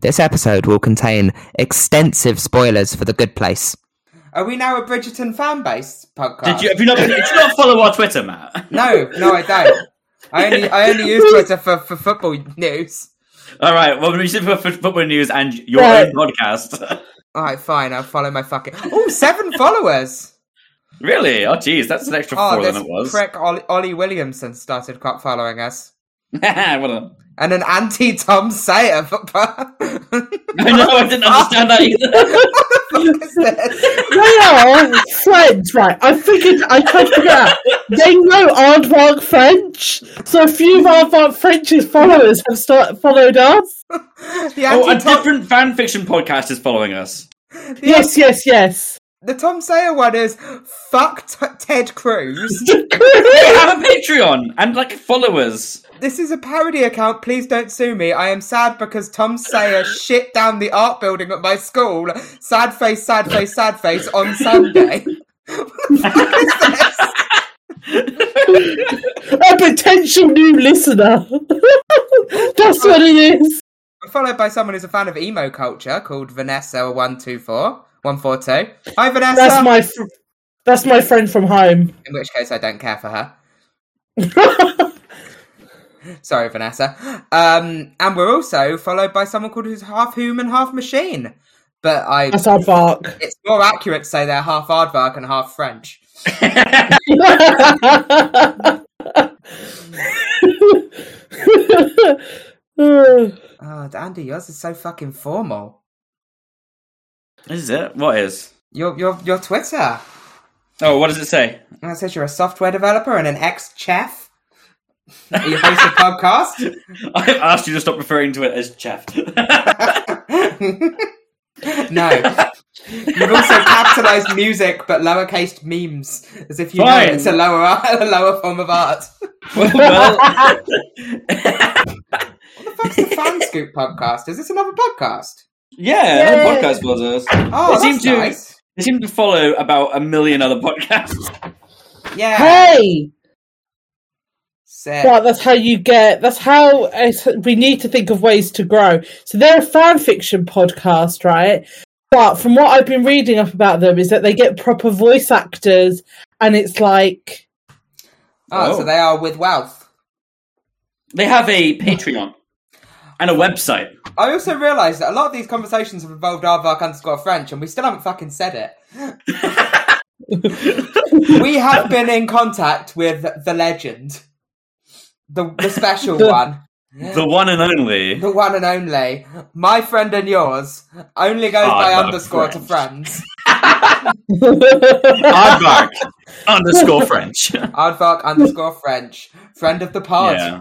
This episode will contain extensive spoilers for The Good Place. Are we now a Bridgerton fan base podcast? Did you have you not been, did you not follow our Twitter, Matt? No, no, I don't. I only I only use Twitter for, for football news. All right. Well, we should for football news and your Right. own podcast. All right, fine. I'll follow my fucking. Oh, seven followers. really? Oh, geez, that's an extra four Oh, than this it was. prick Ollie, Ollie Williamson started co- following us, well, and an anti Tom Sayer. what I know. I didn't understand that either. the fuck is this? They are friends, right? I figured I tried to figure out. They know Aardvark French, so a few of Aardvark French's followers have start, followed us. The oh, a anti-Tom- different fan fiction podcast is following us. the- Yes, yes, yes. The Tom Sayer one is fuck T- Ted Cruz. They have a Patreon and like followers. this is a parody account. Please don't sue me. I am sad because Tom Sayer shit down the art building at my school. Sad face, sad face, sad face on Sunday. a potential new listener. That's what it is. Followed by someone who's a fan of emo culture called Vanessa one two four one four two. Hi Vanessa. That's my. Fr- that's my friend from home. In which case, I don't care for her. Sorry, Vanessa. Um, and we're also followed by someone called who's half human, half machine. But I, That's Aardvark. it's more accurate to say they're half Aardvark and half French. Oh, Andy, yours is so fucking formal. Is it? What is? Your your your Twitter. Oh, what does it say? It says you're a software developer and an ex chef. You host a podcast. I've asked you to stop referring to it as Jeff. No. You've also capitalized music but lowercase memes, as if you Fine. know it's a lower art, a lower form of art. well, What the fuck's the Fan Scoop podcast? Is this another podcast? yeah, Yay. the podcast was us. Oh, They seem that's to- nice. They seem to follow about a million other podcasts. Yeah. hey, Sick. right. That's how you get. That's how it's, we need to think of ways to grow. So they're a fan fiction podcast, right? But from what I've been reading up about them, is that they get proper voice actors, and it's like Oh, so Oh. they are with wealth. They have a Patreon and a website. I also realised that a lot of these conversations have involved Aardvark underscore French, and we still haven't fucking said it. we have been in contact with the legend, the, the special one, The one and only. the one and only, my friend and yours, only goes by Aardvark underscore to French. friends. Aardvark underscore French. Aardvark underscore French, friend of the pod. Yeah.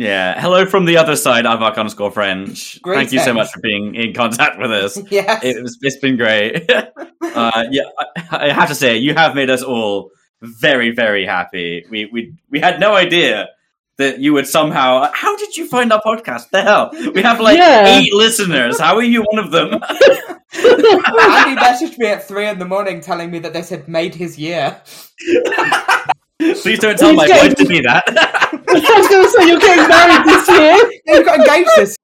Yeah. Hello from the other side, Aardvark underscore French. Great Thank you so thanks. much for being in contact with us. Yes. It was, it's been great. uh, yeah, I, I have to say, you have made us all very, very happy. We, we, we had no idea that you would somehow. How did you find our podcast? The hell? We have like Yeah. eight listeners. How are you one of them? Andy messaged me at three in the morning telling me that this had made his year. Please don't tell He's my getting- wife to be that. I was going to say you're getting married this year. Yeah, you got engaged this.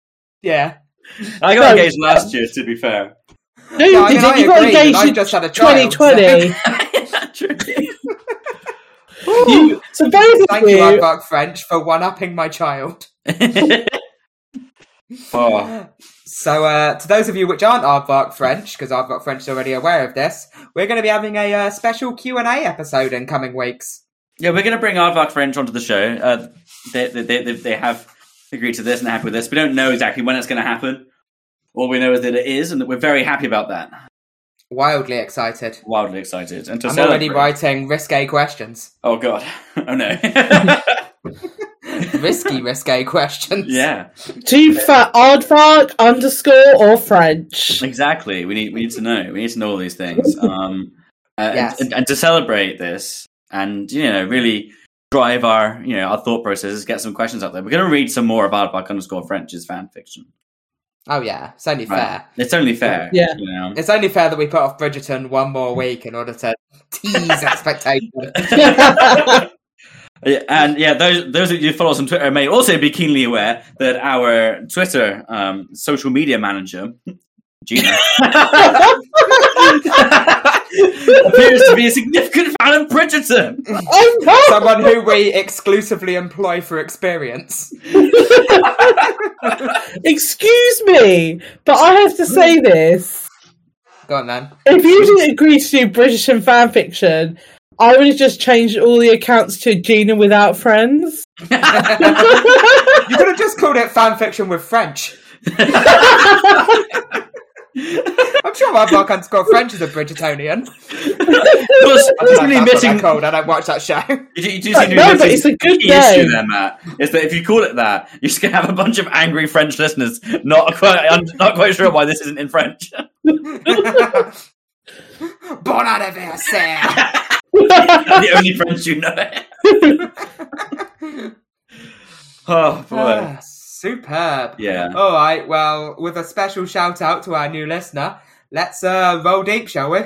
Yeah. I No. got engaged last year, to be fair. No, you No, I mean, didn't. I you got agree, but engaged I in just had a child, so- 2020. You- so basically, Thank you, Aardvark French, for one upping my child. oh, So, uh, to those of you which aren't Aardvark French, because Aardvark French is already aware of this, we're going to be having a uh, special Q and A episode in coming weeks. yeah, we're going to bring Aardvark French onto the show. Uh, they, they, they, they have agreed to this and they're happy with this. We don't know exactly when it's going to happen. All we know is that it is, and that we're very happy about that. Wildly excited. Wildly excited. And to I'm celebrate- already writing risque questions, Oh, God. Oh, no. risky risque questions. yeah, do you prefer aardvark underscore or French? exactly. We need, we need to know. We need to know all these things. Um, uh, Yes. and, and to celebrate this and, you know, really drive our, you know, our thought processes, get some questions out there. We're going to read some more about Aardvark underscore French's fan fiction. Oh yeah, it's only fair. Right. It's only fair. Yeah. You know? It's only fair that we put off Oh, Bridgerton one more week in order to tease expectations. Yeah, and yeah, those those of you who follow us on Twitter may also be keenly aware that our Twitter um, social media manager, Gina, appears to be a significant fan of Bridgerton. I know. Someone who we exclusively employ for experience. Excuse me, but I have to say Hmm. this. Go on then. If you didn't agree to do British and fan fiction, I would have just changed all the accounts to Gina without friends. You could have just called it fanfiction with French. I'm sure my block underscore French is a Bridgertonian. Plus, I don't really know if that's what missing. they're called. I don't watch that show. You, do- you do seem to be No, but missing it's a good key name. issue there, Matt. Is that if you call it that, you're just gonna have a bunch of angry French listeners not quite un- not quite sure why this isn't in French. bon anniversaire. the only French you know. oh boy. Ah, superb. Yeah. All right. Well, with a special shout out to our new listener, let's uh, roll deep, shall we?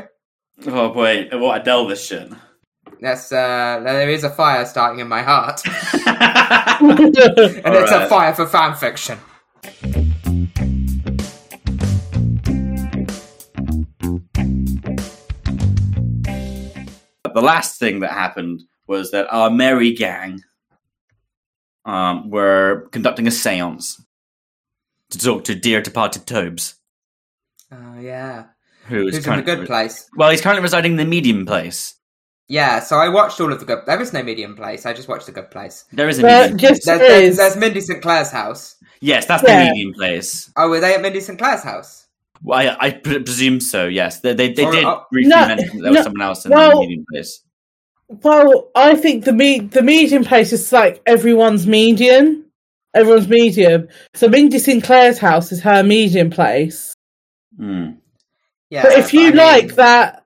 Oh boy. What a Adele this shit. Let's. Uh, there is a fire starting in my heart, and All it's a right. fire for fanfiction. the last thing that happened was that our merry gang um, were conducting a séance to talk to dear departed Tobes, Oh yeah. who Who's is in the currently good place? well, he's currently residing in the medium place. Yeah. So I watched all of the good. There is no medium place. I just watched the good place. There is a But medium. yes, There's, there there's, is. there's Mindy St Clair's house. Yes, that's the Yeah. medium place. Oh, were they at Mindy St Clair's house? Well, I, I pre- presume so. Yes, they they, they Or- did or- briefly No, mention that there was no, someone else in the well- medium place. Well, I think the me- the medium place is like everyone's median. Everyone's medium. So Mindy Sinclair's house is her medium place. Hmm. Yeah. But if you I mean- like that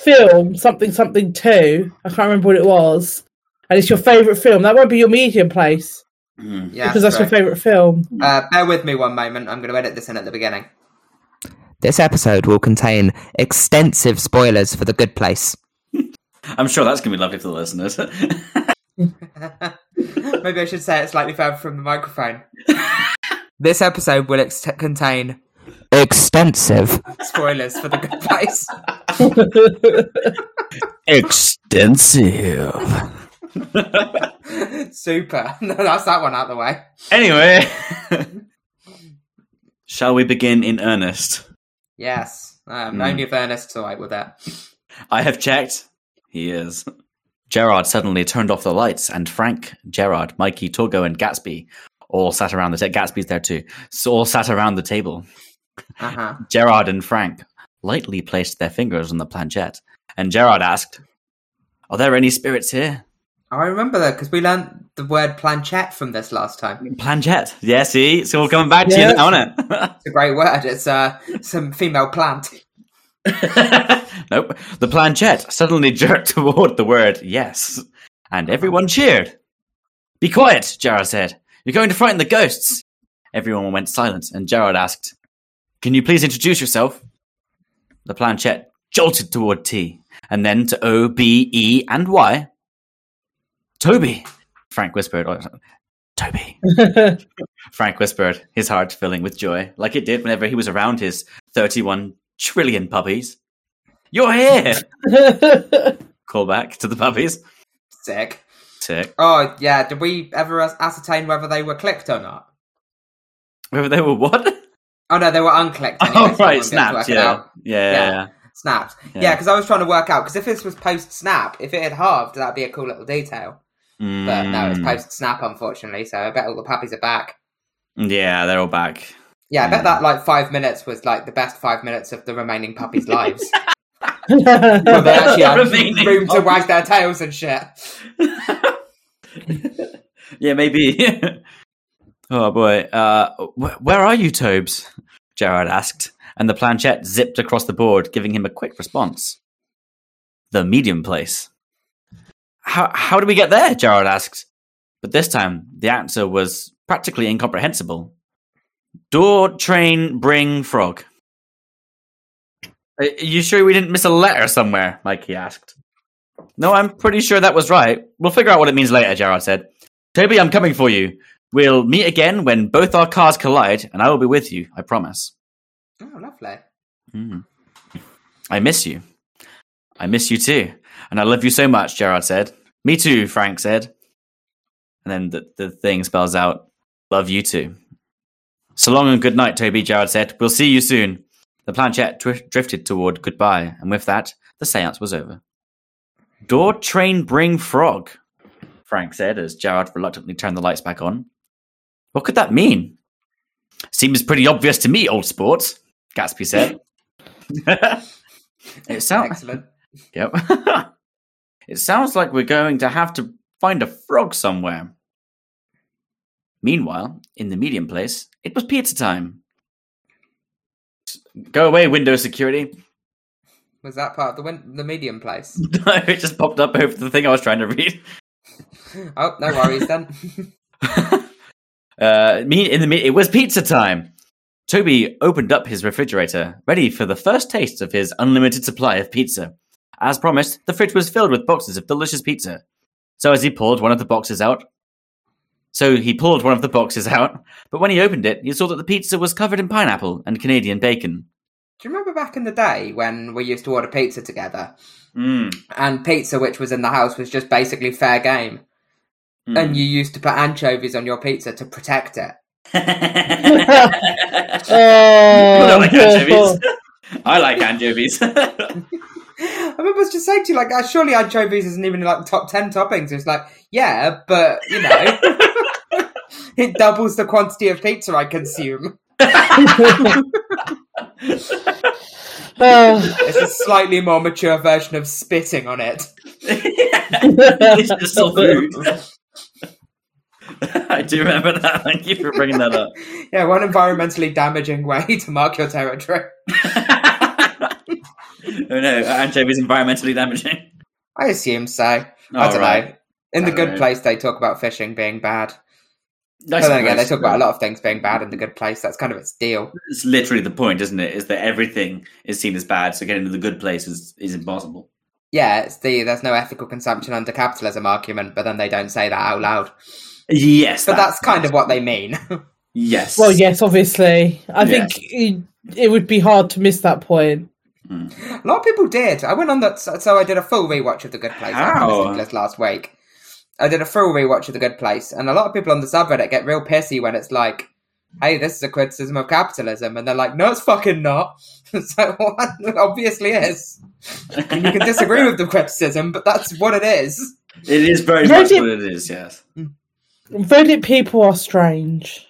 film, something something two, I can't remember what it was, and it's your favourite film, that won't be your medium place Hmm. yeah, because that's correct. your favourite film. Uh, bear with me one moment. I'm going to edit this in at the beginning. This episode will contain extensive spoilers for The Good Place. I'm sure that's gonna be lovely for the listeners. Maybe I should say it slightly further from the microphone. this episode will ex- contain Extensive. spoilers for the good place. Extensive. Super. No, that's that one out the way. anyway, shall we begin in earnest? Yes. Um, Hmm. Only if Ernest's all right with that. I have checked. He is. Gerard suddenly turned off the lights, and Frank, Gerard, Mikey, Torgo, and Gatsby all sat around the table. Gatsby's there too. So all sat around the table. Uh huh. Gerard and Frank lightly placed their fingers on the planchette, and Gerard asked, "Are there any spirits here?" Oh, I remember that because we learned the word planchette from this last time. Planchette. Yeah, see, it's all coming back to Yeah. you now, It's a great word. It's uh, some female plant. isn't it? nope. The planchette suddenly jerked toward the word yes, and everyone cheered. Be quiet, Gerard said. You're going to frighten the ghosts. Everyone went silent, and Gerard asked, Can you please introduce yourself? The planchette jolted toward T, and then to O, B, E, and Y. Toby, Frank whispered. or- Toby, Frank whispered, his heart filling with joy, like it did whenever he was around his 31 trillion puppies. You're here! Call back to the puppies. Sick. Sick. Oh, yeah. Did we ever as- ascertain whether they were clicked or not? Remember they were what? Oh, no, they were unclicked. Anyway, so Oh, we won't get right, to work snapped, it out. yeah. Yeah. Yeah. yeah. Snapped. Yeah. Yeah, because I was trying to work out. Because if this was post snap, if it had halved, that'd be a cool little detail. But no, it's Mm. post snap, unfortunately. So I bet all the puppies are back. Yeah, they're all back. Yeah, I bet Mm. that like five minutes was like the best five minutes of the remaining puppies' lives. Where they yeah, actually had Remaining room to puppies. wag their tails and shit. Yeah, maybe. oh boy. Uh, wh- where are you, Tobes? Gerard asked, and the planchette zipped across the board, giving him a quick response. The medium place. How how do we get there? Gerard asked. But this time the answer was practically incomprehensible. Door, train, bring, frog. Are are you sure we didn't miss a letter somewhere? Mikey asked. No, I'm pretty sure that was right. We'll figure out what it means later, Gerard said. Toby, I'm coming for you. We'll meet again when both our cars collide, and I will be with you, I promise. Oh, lovely. Mm. I miss you. I miss you too. And I love you so much, Gerard said. Me too, Frank said. And then the, the thing spells out, love you too. So long and good night, Toby, Gerard said. We'll see you soon. The planchette dri- drifted toward goodbye, and with that, the seance was over. Door train bring frog, Frank said as Gerard reluctantly turned the lights back on. What could that mean? Seems pretty obvious to me, old sport, Gatsby said. it sounds Excellent. Yep. it sounds like we're going to have to find a frog somewhere. Meanwhile, in the medium place, it was pizza time. Go away, window security. Was that part of the win- the medium place? it just popped up over the thing I was trying to read. Oh, no worries then. Uh, me in the me- it was pizza time. Toby opened up his refrigerator, ready for the first taste of his unlimited supply of pizza. As promised, the fridge was filled with boxes of delicious pizza. So as he pulled one of the boxes out, so he pulled one of the boxes out, but when he opened it, he saw that the pizza was covered in pineapple and Canadian bacon. Do you remember back in the day when we used to order pizza together? Mm, And pizza which was in the house was just basically fair game. mm. And you used to put anchovies on your pizza to protect it. I Oh, like anchovies. I like anchovies. I remember just saying to you, like, uh, surely anchovies isn't even like top 10 toppings. It's like, yeah, but, you know, it doubles the quantity of pizza I consume. Oh. It's a slightly more mature version of spitting on it. It's just still food. I do remember that. Thank you for bringing that up. Yeah, one environmentally damaging way to mark your territory. oh no, anchovy is environmentally damaging. I assume so. I All don't right. know. In the I don't good know. place, they talk about fishing being bad. I But then again, they suppose talk about a lot of things being bad in the good place. That's kind of its deal. It's literally the point, isn't it? Is that everything is seen as bad, so getting to the good place is, is impossible. Yeah, it's the there's no ethical consumption under capitalism argument, but then they don't say that out loud. Yes, But that's kind of what they mean. yes. Well, yes, obviously. I think it, it would be hard to miss that point. a lot of people did. I went on that, so so I did a full rewatch of The Good Place after How? listening to this last week. I did a full rewatch of The Good Place, and a lot of people on the subreddit get real pissy when it's like, "Hey, this is a criticism of capitalism," and they're like, "No, it's fucking not." so well, it obviously is. And you can disagree with the criticism, but that's what it is. it is very much Reddit- what it is. Yes, Reddit people are strange.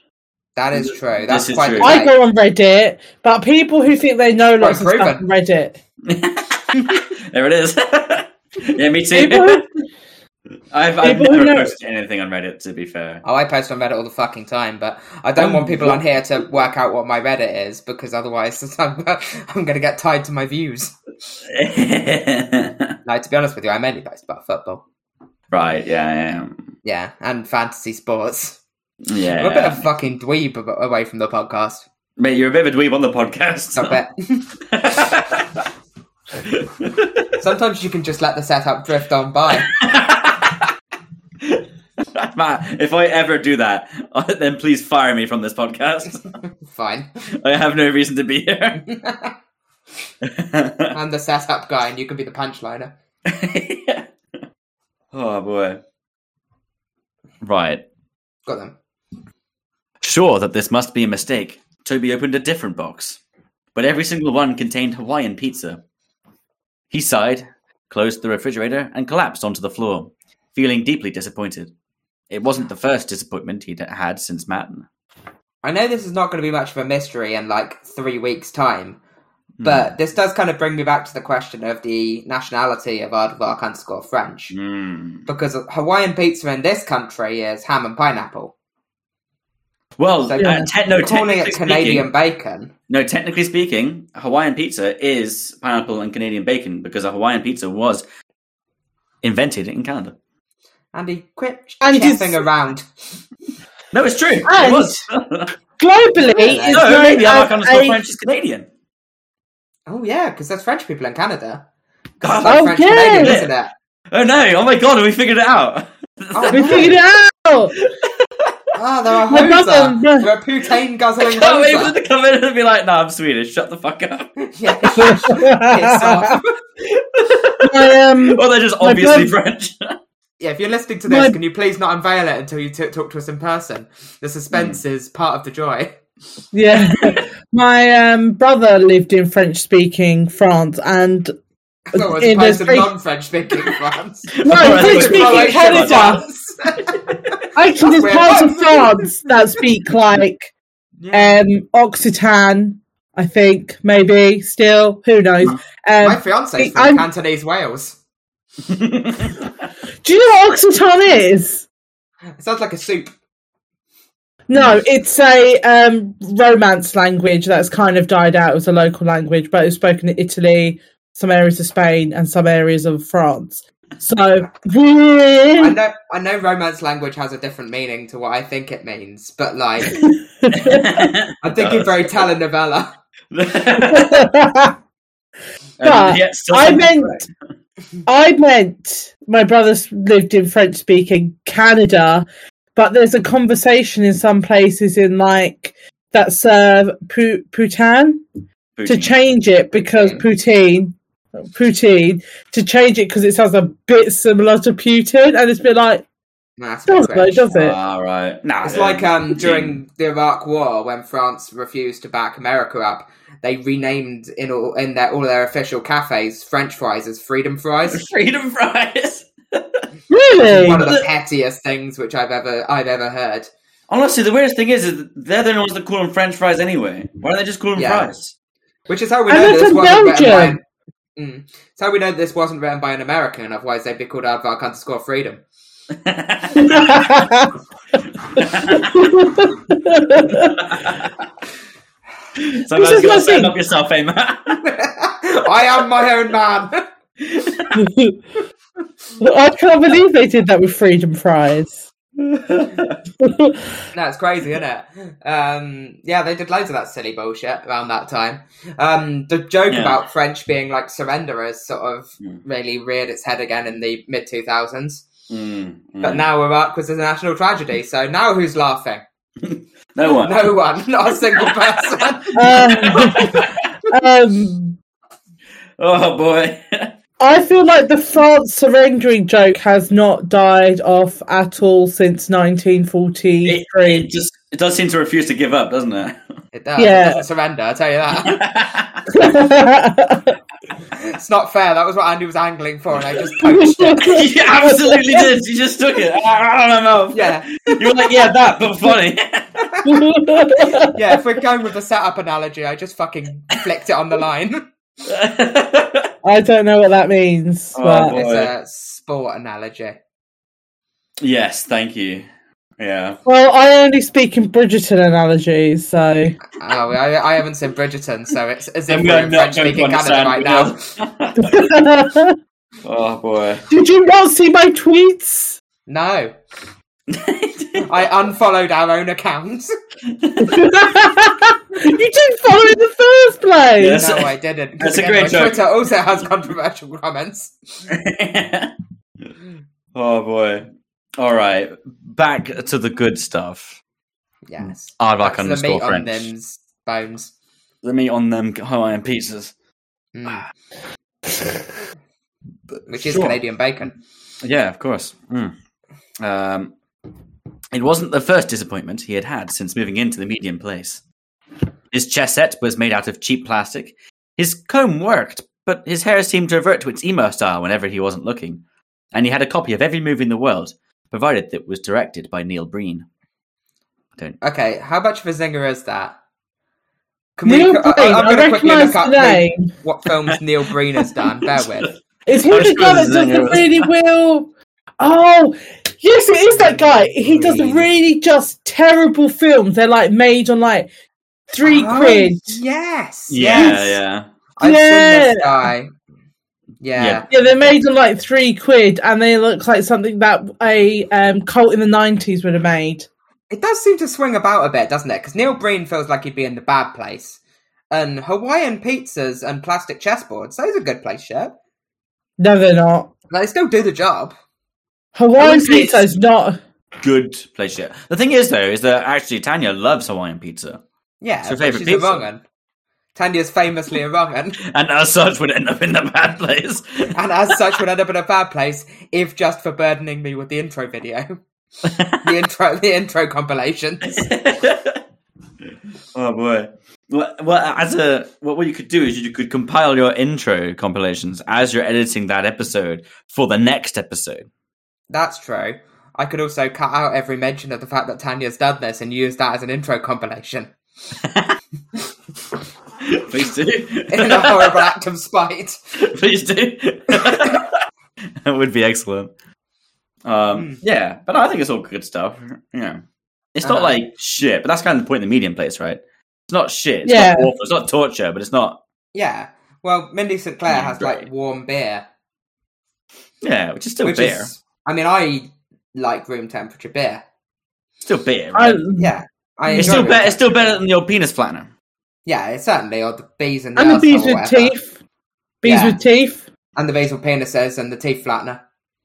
That is true. That's This is quite true. true. I go on Reddit, but people who think they know lots of stuff on Reddit. there it is. yeah, me too. People who, I've, I've people never who know- posted anything on Reddit. To be fair, Oh, I post on Reddit all the fucking time, but I don't want people on here to work out what my Reddit is because otherwise I'm, I'm going to get tied to my views. Like, to be honest with you, I mainly post about football. right? Yeah, Yeah, and fantasy sports. yeah, yeah. I'm a bit of a fucking dweeb ab- away from the podcast. Mate, you're a bit of a dweeb on the podcast. I bet. Sometimes you can just let the setup drift on by. Matt, if I ever do that, then please fire me from this podcast. Fine. I have no reason to be here. I'm the setup guy, and you can be the punchliner. Oh boy. Right. Got them. Sure that this must be a mistake, Toby opened a different box, but every single one contained Hawaiian pizza. He sighed, closed the refrigerator, and collapsed onto the floor, feeling deeply disappointed. It wasn't the first disappointment he'd had since Matten. I know this is not going to be much of a mystery in like three weeks' time, but this does kind of bring me back to the question of the nationality of Aardvark underscore French. Mm. Because Hawaiian pizza in this country is ham and pineapple. Well, So, uh, yeah. te- no, Calling technically it Canadian speaking, bacon. no, technically speaking, Hawaiian pizza is pineapple and Canadian bacon because a Hawaiian pizza was invented in Canada. Andy, quit And it's- chasing around. No, it's true. it And- was. no, globally, it's maybe known I as understand a- French is Canadian. Oh yeah, because there's French people in Canada. God, That's like Oh, French yeah. Canadian, isn't it? Oh no! Oh my god! We figured it out. Oh, We no. figured it out. Ah, there are My hoser. brother- There are Putain guzzling Can't wait for them hoser. to come in and be like, "No, I'm Swedish. Shut the fuck up." Yeah, piss off. I um, Or they're just My obviously brother- French. Yeah, if you're listening to this, My- can you please not unveil it until you t- talk to us in person? The suspense is part of the joy. yeah, my um brother lived in French speaking France, and So as In opposed the to space- non-French speaking France. no, Alright, French wait, wait, speaking wait, wait, Canada. Actually, That's there's weird. parts of France that speak like Yeah. um Occitan, I think, maybe still, who knows? My Um, fiance's I'm- from Cantonese Wales. do you know what Occitan is? It sounds like a soup. No, it's a um, Romance language that's kind of died out as a local language, but it's spoken in Italy, some areas of Spain, and some areas of France. So, I yeah, know, I know, Romance language has a different meaning to what I think it means, but like, Uh, I'm thinking very telenovela. But yet still I something- meant, I meant my brother's lived in French speaking Canada, but there's a conversation in some places in like that serve Pu- Putin. to Putin. change it because poutine, poutine, to change it because it sounds a bit similar to Putin, and it's been like, Nah, that's a bit does it? rich. Does it? Ah, right. Nah, It's uh, like um Putin. during the Iraq War when France refused to back America up. They renamed in all in their all their official cafes French fries as freedom fries. freedom fries. One Really? of the pettiest things which I've ever I've ever heard. Honestly, the weirdest thing is, is they're the only ones that call them French fries anyway. Why don't they just call them Yeah. fries? Which is how we And know they're this from wasn't written by. Belgium. An, Mm. It's how we know this wasn't written by an American, otherwise they'd be called Aardvark underscore freedom. This Sometimes is you gotta my stand thing. up yourself, eh, Matt? I am my own man. I can't believe they did that with freedom fries. No, it's crazy, isn't it? Um, yeah, they did loads of that silly bullshit around that time. Um, the joke Yeah. Mm. about French being like surrenderers sort of Yeah. really reared its head again in the mid 2000s. Mm, mm. But now Iraq was a national tragedy, so now who's laughing? no one. No one, not a single person. Um, um, Oh boy. I feel like the France surrendering joke has not died off at all since 1943. It, it just it does seem to refuse to give up, doesn't it? It does. Yeah. It doesn't surrender, I'll tell you that. I it's not fair. That was what Andy was angling for, and I just poached it. you absolutely did. You just took it out of my mouth. Yeah. You were like, yeah, that, but funny. Yeah, if we're going with the setup analogy, I just fucking flicked it on the line. don't know what that means. Oh, but- boy. It's a sport analogy. yes, thank you. Yeah. Well, I only speak in Bridgerton analogies, so Oh, I, I haven't seen Bridgerton, so it's as if Then we're we're in not French going to speaking Canada right understand. now. did Oh boy. you not see my tweets? No. I unfollowed our own account. you didn't follow in the first place. Yes. no, I didn't. 'cause that's a again, great my joke. Twitter also has controversial comments. oh boy. All right. Back to the good stuff. Yes. That's Aardvark the underscore meat on French. them's bones. The meat on them Hawaiian pizzas. Mm. Which is Ah. Sure. Canadian bacon. Yeah, of course. Mm. Um, it wasn't the first disappointment he had had since moving into the medium place. His chessette was made out of cheap plastic. His comb worked, but his hair seemed to revert to its emo style whenever he wasn't looking. And he had a copy of every movie in the world, provided that it was directed by Neil Breen. Don't. Okay, how much of a zinger is that? Can Neil uh, I- I- Breen, I, gonna recognise the who- name. what films Neil Breen has done. Bear with. Is he I'm the sure guy that the does Zinger the was- really will? Oh, yes, it is that guy. He does the Breen. really just terrible films. They're like made on like three Oh, quid. Yes. Yeah, yes. yeah. I've Yeah. seen this guy. Yeah. Yeah. Yeah, they're made on like three quid, and they look like something that a um, cult in the nineties would have made. It does seem to swing about a bit, doesn't it? Because Neil Breen feels like he'd be in the bad place. And Hawaiian pizzas and plastic chessboards, those are good place shit. No, they're not. Like, they still do the job. Hawaiian Unless it's- pizza is not. Good place here. The thing is, though, is that actually Tanya loves Hawaiian pizza, Yeah, It's your but favourite she's pizza. a wrong Tanya's famously a wrong un, and as such would end up in a bad place. and as such would end up in a bad place if just for burdening me with the intro video, the intro, the intro compilations. oh boy. Well, well, as a well, what you could do is you could compile your intro compilations as you're editing that episode for the next episode. That's true. I could also cut out every mention of the fact that Tanya's done this and use that as an intro compilation Please do. in a horrible act of spite. Please do. that would be excellent. Hmm. Um, Yeah, but I think it's all good stuff. Yeah, it's not Uh-huh. like shit, but that's kind of the point of the medium place, right? It's not shit. It's Yeah. not awful. It's not torture, but it's not Yeah. Well, Mindy St. Clair Yeah, has right. like warm beer, yeah, which is still which beer. is. I mean, I like room temperature beer. Still beer. I, Right? Yeah. I it's enjoy still room better. It's still temperature better than your penis flattener. Yeah, it's certainly. Or the bees and the, and the bees arsehole or with whatever. teeth. Bees Yeah. with teeth. And the bees with penises and the teeth flattener.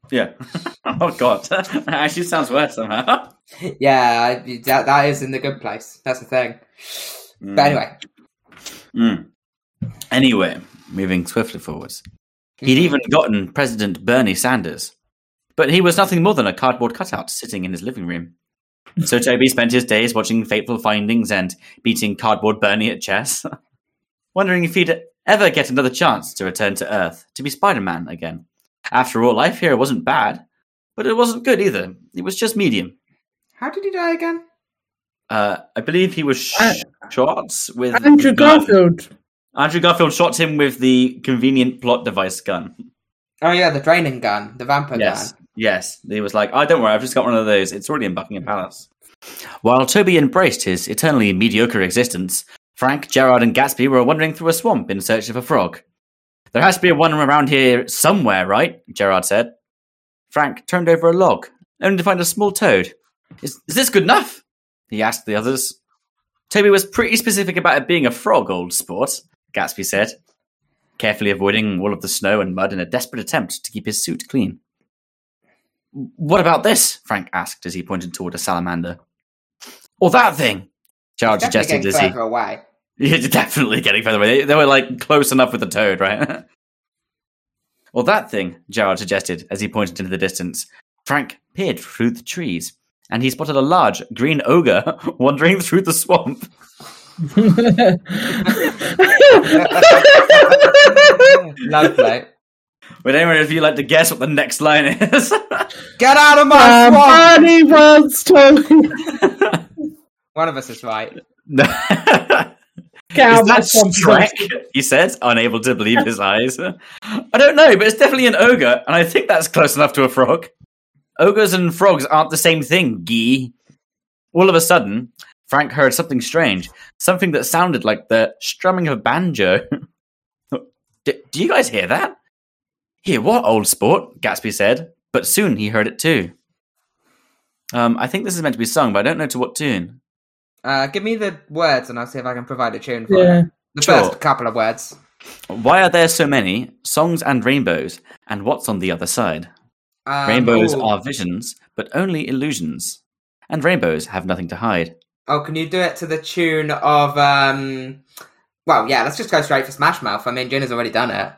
Yeah. oh god, that actually sounds worse somehow. Yeah, I- that, that is in the good place. That's the thing. Mm. But anyway, Mm. Anyway, moving swiftly forwards, Mm-hmm. he'd even gotten President Bernie Sanders, but he was nothing more than a cardboard cutout sitting in his living room. So Toby spent his days watching Fateful Findings and beating cardboard Bernie at chess, wondering if he'd ever get another chance to return to Earth to be Spider-Man again. After all, life here wasn't bad, but it wasn't good either. It was just medium. how did he die again? Uh, I believe he was sh- Uh, shot with Andrew Garfield. Andrew Garfield shot him with the convenient plot device gun. Oh, yeah, the draining gun, the vampire Yes, gun. yes. He was like, "Oh, don't worry, I've just got one of those. It's already in Buckingham Palace." While Toby embraced his eternally mediocre existence, Frank, Gerard, and Gatsby were wandering through a swamp in search of a frog. There has to be one around here somewhere, right? Gerard said. Frank turned over a log, only to find a small toad. Is, is this good enough? He asked the others. Toby was pretty specific about it being a frog, old sport, Gatsby said, carefully avoiding all of the snow and mud in a desperate attempt to keep his suit clean. What about this? Frank asked as he pointed toward a salamander. Or that thing, Gerard Definitely suggested getting as he. further away. Yeah, they're definitely getting further away. They, they were like close enough with the toad, right? well, that thing, Gerard suggested as he pointed into the distance. Frank peered through the trees, and he spotted a large green ogre wandering through the swamp. Lovely. Would anyone of you like to guess what the next line is? Get out of my Um, swamp! Barney wants to One of us is right. no. get out Is of my that swamp. Shrek? He said, unable to believe his eyes. I don't know, but it's definitely an ogre, and I think that's close enough to a frog. Ogres and frogs aren't the same thing, gee. All of a sudden, Frank heard something strange, something that sounded like the strumming of a banjo. D- do you guys hear that? Hear what, old sport? Gatsby said, but soon he heard it too. Um, I think this is meant to be sung, but I don't know to what tune. Uh, give me the words and I'll see if I can provide a tune for Yeah. you. The Sure. first couple of words. Why are there so many songs and rainbows? And what's on the other side? Um, rainbows ooh. are visions, but only illusions. And rainbows have nothing to hide. Oh, can you do it to the tune of um? Well, yeah. Let's just go straight for Smash Mouth. I mean, Gina's already done it.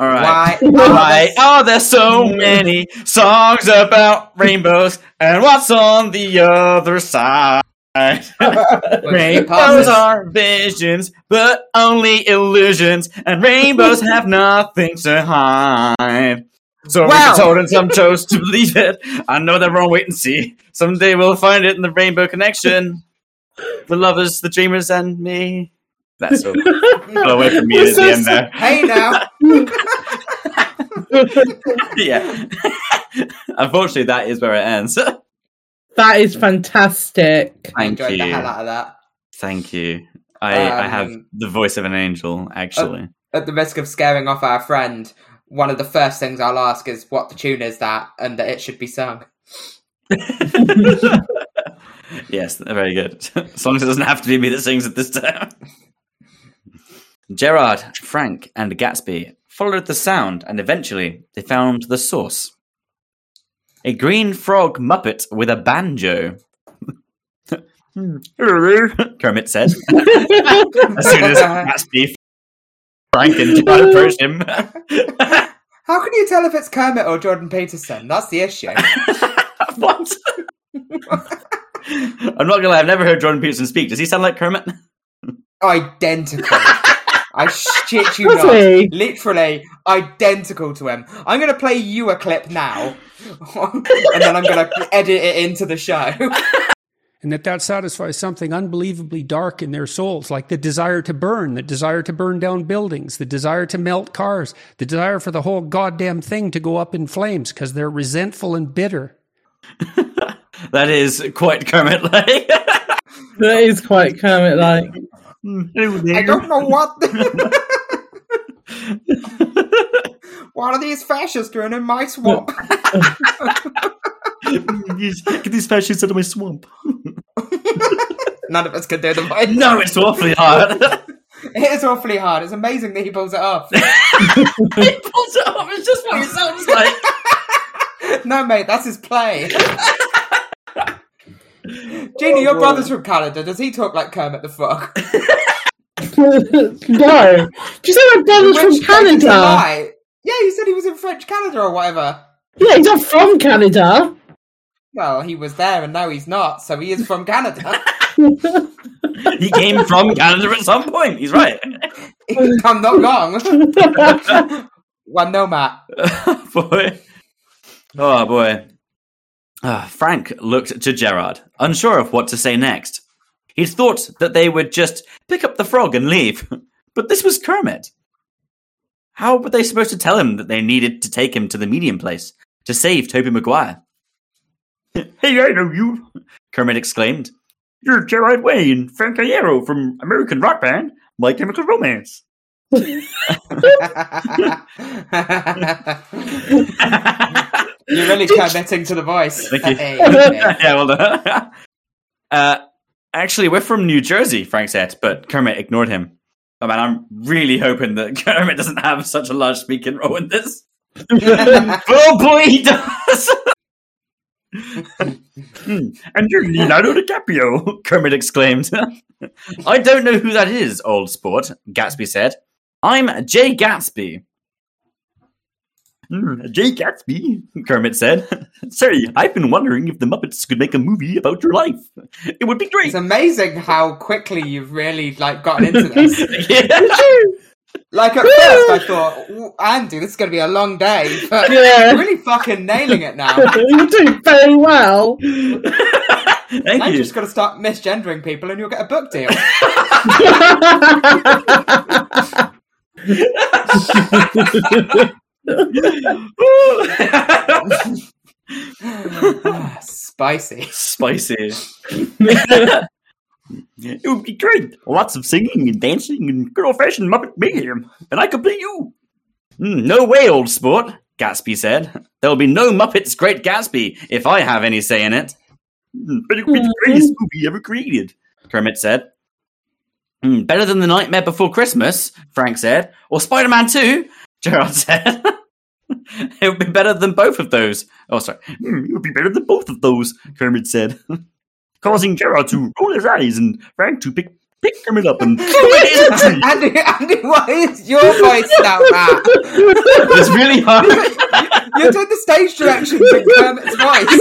All right. Why? Why are there so many songs about rainbows? And what's on the other side? Rainbows Rainbows are visions, but only illusions, and rainbows have nothing to hide. So Wow. we're told and some chose to believe it. I know they're wrong, wait and see. Someday we'll find it in the rainbow connection. The lovers, the dreamers, and me. That's all. Got away from me at the end there. Hey now. yeah. Unfortunately, that is where it ends. that is fantastic. Thank Enjoyed the hell you. out of that. Thank you. I, I have Um, the voice of an angel, actually. At the risk of scaring off our friend, one of the first things I'll ask is what the tune is that, and that it should be sung. Yes, very good. As long as it doesn't have to be me that sings at this time. Gerard, Frank, and Gatsby followed the sound, and eventually they found the source. A green frog Muppet with a banjo. Kermit said. as soon as Gatsby, Frank, and John approached him. How can you tell if it's Kermit or Jordan Peterson? That's the issue. what? I'm not gonna lie, I've never heard Jordan Peterson speak. Does he sound like Kermit? Identical. I shit you Does not. he? Literally identical to him. I'm going to play you a clip now, and then I'm going to edit it into the show. and that that satisfies something unbelievably dark in their souls, like the desire to burn, the desire to burn down buildings, the desire to melt cars, the desire for the whole goddamn thing to go up in flames because they're resentful and bitter. That is quite Kermit like. That is quite Kermit like. I don't know what. what are these fascists doing in my swamp? Get these fascists out of my swamp. None of us could do the voice. No, it's awfully hard. It is awfully hard. It's amazing that he pulls it off. he pulls it off. It's just what it sounds like. no, mate, that's his play. Oh, Gina, your brother's from Canada. Does he talk like Kermit the Frog? no. Did you say my brother's from Which makes it Canada? right. Yeah, you said he was in French Canada or whatever. Yeah, he's not from Canada. Well, he was there and now he's not, so he is from Canada. He came from Canada at some point. He's right. I'm not wrong. well, no, Matt. boy. Oh, boy. Ah, Frank looked to Gerard, unsure of what to say next. He'd thought that they would just pick up the frog and leave, but this was Kermit. How were they supposed to tell him that they needed to take him to the medium place to save Toby Maguire? hey, I know you, Kermit exclaimed. You're Gerard Wayne, Frank Iero from American rock band My Chemical Romance. You're really committing to the voice. Thank you. Hey, hey. yeah, well done. uh, actually, we're from New Jersey, Frank said, but Kermit ignored him. Oh man, I'm really hoping that Kermit doesn't have such a large speaking role in this. Oh boy, he does! Hmm, and you're Leonardo DiCaprio, Kermit exclaimed. I don't know who that is, old sport, Gatsby said. I'm Jay Gatsby. "Hmm, Jay Gatsby, Kermit said. Sorry, I've been wondering if the Muppets could make a movie about your life. It would be great. It's amazing how quickly you've really like gotten into this. Yeah. Like at first, I thought, "Ooh, Andy, this is going to be a long day, but Yeah. you're really fucking nailing it now. You're doing very well. Thank I'm you. just going to start misgendering people, and you'll get a book deal. Ah, Spicy. Spicy. it would be great. Lots of singing and dancing and good old fashioned Muppet mayhem. And I could be you. "Hmm, no way, old sport, Gatsby said. There'll be no Muppets Great Gatsby if I have any say in it. "Hmm, But it would be the greatest movie ever created, Kermit said. "Hmm, better than The Nightmare Before Christmas, Frank said. Or Spider Man 2, Gerard said. it would be better than both of those. Oh, sorry. "Hmm, it would be better than both of those, Kermit said. Causing Gerard to roll his eyes and Frank to pick, pick Kermit up and. Andy, Andy, what is your voice now, Matt? it's really hard. You're doing the stage directions in Kermit's voice.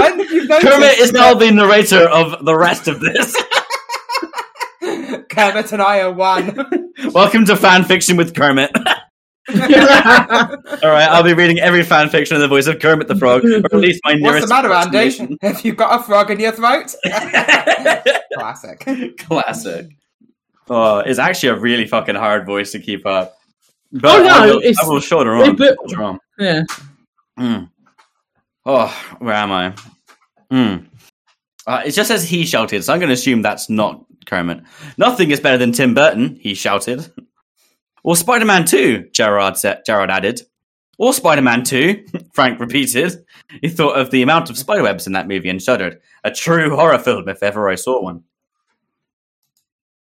When have you noticed Kermit is now the narrator of the rest of this. Kermit and I are one? Welcome to fan fiction with Kermit. All right, I'll be reading every fan fiction in the voice of Kermit the Frog, or at least my What's the nearest. matter, Andy? approximation. Have you got a frog in your throat? Classic. Classic. Oh, it's actually a really fucking hard voice to keep up. But Oh, no, I will, it's- I will shoulder they on. put- shoulder on. yeah. Mm. Oh, where am I? Mm. Uh, it just says he shouted, so I'm going to assume that's not Kermit. Nothing is better than Tim Burton, he shouted. Or Spider Man 2, Gerard, said, Gerard added. Or Spider Man 2, Frank repeated. He thought of the amount of spiderwebs in that movie and shuddered. A true horror film, Hmm, if ever I saw one.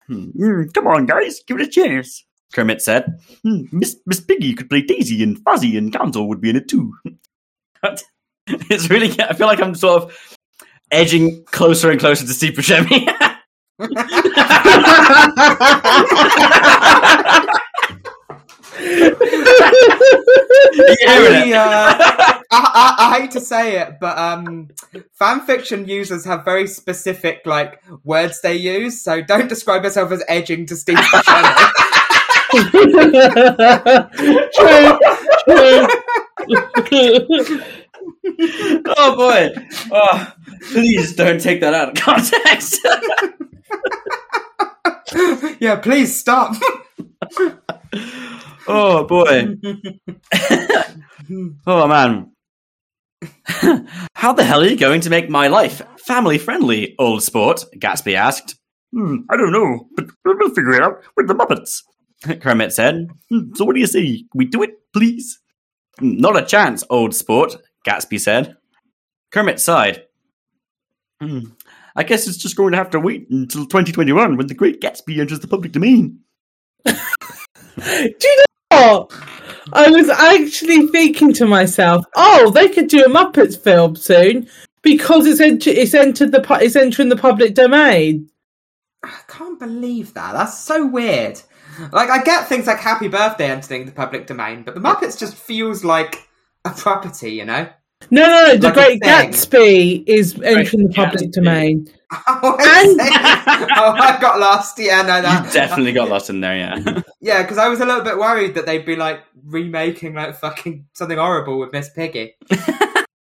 Hmm. Mm, come on, guys, give it a chance, Kermit said. "Hmm, Miss Miss Piggy could play Daisy, and Fuzzy and Council would be in it too. it's really. I feel like I'm sort of edging closer and closer to Steve Buscemi. You The, hearing it? uh, I, I, I hate to say it, but um, fan fiction users have very specific like words they use. So don't describe yourself as edging to Steve Buscemi. true, true. oh boy! Oh, please don't take that out of context. yeah, please stop. oh boy! oh man! How the hell are you going to make my life family friendly, old sport? Gatsby asked. "Hmm, I don't know, but we'll figure it out with the Muppets. Kermit said. "Hmm, So what do you say? We do it, please? Hmm, Not a chance, old sport. Gatsby said. Kermit sighed. "Hmm, I guess it's just going to have to wait until 2021 when the Great Gatsby enters the public domain. Do you know what? I was actually thinking to myself, oh, they could do a Muppets film soon because it's ent- it's entered the pu- it's entering the public domain. I can't believe that. That's so weird. Like, I get things like Happy Birthday entering the public domain, but the Muppets just feels like a property, you know? No, no, no. The Like a Great thing. Gatsby is entering the Gatsby. public domain. oh, I got lost. Yeah, no, that. You definitely got lost in there, yeah. Yeah, because I was a little bit worried that they'd be like remaking like fucking something horrible with Miss Piggy.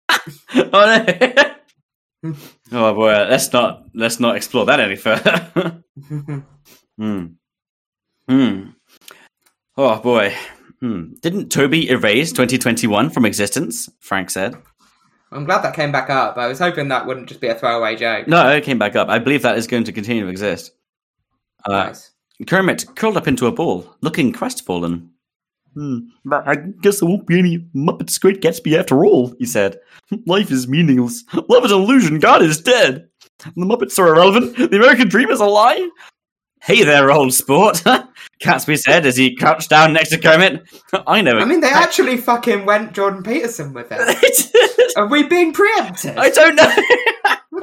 oh, no. oh boy, let's not let's not explore that any further. Hmm. Hmm. Oh boy. Hmm. Didn't Toby erase 2021 from existence? Frank said. I'm glad that came back up. I was hoping that wouldn't just be a throwaway joke. No, it came back up. I believe that is going to continue to exist. Uh, Nice. Kermit curled up into a ball, looking crestfallen. Hmm, but I guess there won't be any Muppets Great Gatsby after all, he said. Life is meaningless. Love is an illusion. God is dead. The Muppets are irrelevant. The American dream is a lie. Hey there, old sport, Gatsby said as he crouched down next to Kermit. I know I mean, they actually fucking went Jordan Peterson with it. it. Have we been preempted? I don't know.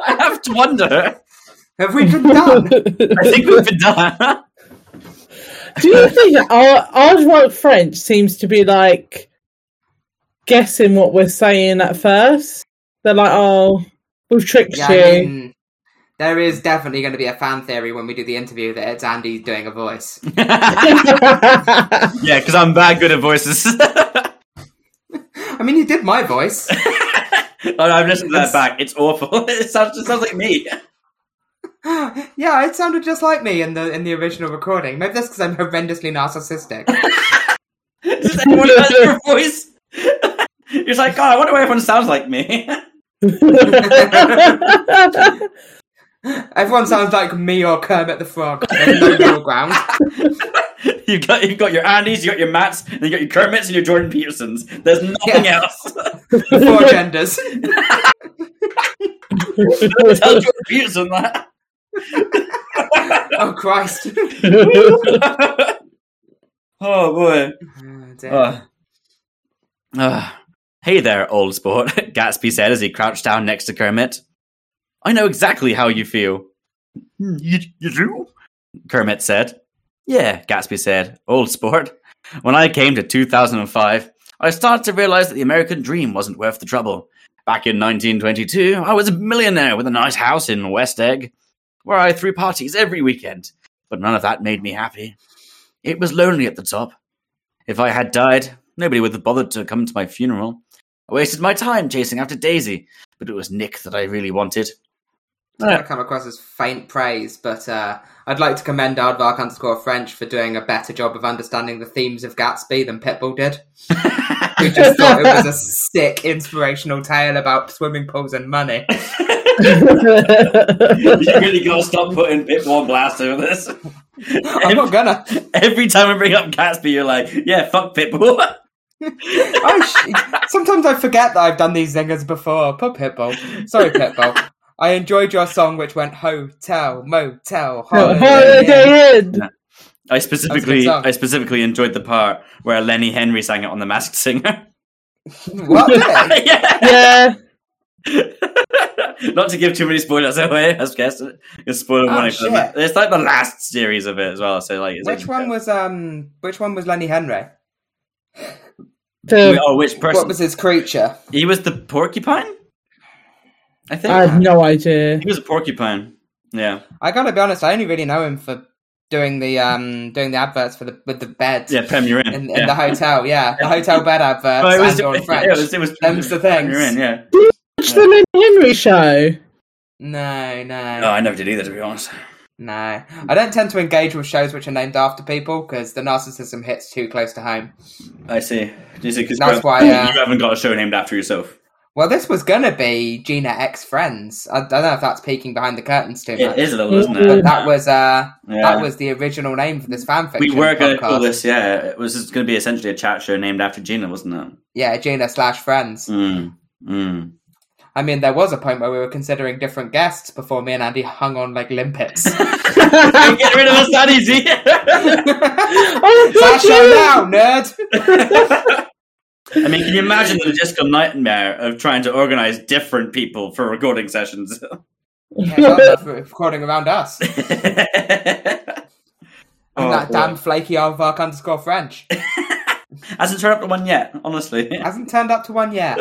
I have to wonder. Have we been done? I think we've been done. Do you think that our Aardvark French seems to be like guessing what we're saying at first? They're like, oh, we've tricked Yeah, you. I mean, there is definitely going to be a fan theory when we do the interview that it's Andy doing a voice. yeah, because I'm that good at voices. I mean, he did my voice. Oh, no, I've listened to that back. It's awful. It sounds, it sounds like me. yeah, it sounded just like me in the in the original recording. Maybe that's because I'm horrendously narcissistic. Does anyone else hear your voice? It's like, God, I wonder why everyone sounds like me. Everyone sounds like me or Kermit the Frog. There's no middle ground. You've got, you've got your Andys, you've got your Matts, and you've got your Kermits and your Jordan Petersons. There's nothing Yeah. else. Four genders. Tell Jordan Peterson that. Oh Christ. oh, boy. Oh, dear. Uh, uh, hey there, old sport, Gatsby said as he crouched down next to Kermit. I know exactly how you feel. Hmm, You, you do? Kermit said. Yeah, Gatsby said, old sport. When I came to 2005, I started to realize that the American dream wasn't worth the trouble. Back in 1922, I was a millionaire with a nice house in West Egg, where I threw parties every weekend, but none of that made me happy. It was lonely at the top. If I had died, nobody would have bothered to come to my funeral. I wasted my time chasing after Daisy, but it was Nick that I really wanted. I come across as faint praise, but uh, I'd like to commend Aardvark underscore French for doing a better job of understanding the themes of Gatsby than Pitbull did. Who just thought it was a sick, inspirational tale about swimming pools and money. you really gotta stop putting bit more blast over this. I'm not gonna. Every time I bring up Gatsby, you're like, yeah, fuck Pitbull. Oh, sh- sometimes I forget that I've done these zingers before. Put Pitbull. Sorry, Pitbull. I Oh, oh, enjoyed your song, which went hotel, motel, holiday. Inn. Holiday Inn. I good specifically, song. I specifically enjoyed the part where Lenny Henry sang it on The Masked Singer. What? really? yeah. Yeah, Not to give too many spoilers away, I guess. It's spoiler Oh, warning for the- shit. It's like the last series of it as well. So like, it's Which like- one was um? Which one was Lenny Henry? the, Oh, which person? What was his creature? He was the porcupine. I think I Uh, have no idea. he was a porcupine. Yeah, I gotta be honest. I only really know him for doing the um doing the adverts for the with the bed yeah, Prem, you're in. in, in yeah. the hotel. Yeah, the hotel bed adverts. But it was, and on French. yeah, it was, it was Them's the Prem, things. You're in, yeah. Watch the Lenny Henry show. No, no, No, I never did either, to be honest. no. I don't tend to engage with shows which are named after people because the narcissism hits too close to home. I see. You see, 'cause That's Prem, why, uh, you haven't got a show named after yourself. Well, this was gonna be Gina X Friends. I don't know if that's peeking behind the curtains too much. It is a little, isn't it? But that was uh, Yeah. that was the original name for this fanfiction. we were going to call podcast. this, yeah. It was just going to be essentially a chat show named after Gina, wasn't it? Yeah, Gina slash Friends. Mm. Mm. I mean, there was a point where we were considering different guests before me and Andy hung on like limpets. Get rid of us that easy. Oh, God, Slash yeah. now, nerd. I mean, can you imagine the logistical nightmare of trying to organize different people for recording sessions? Yeah, God, that's re- recording around us. oh, And that boy. damn flaky Aardvark underscore French. hasn't turned up to one yet, honestly. Hasn't turned up to one yet.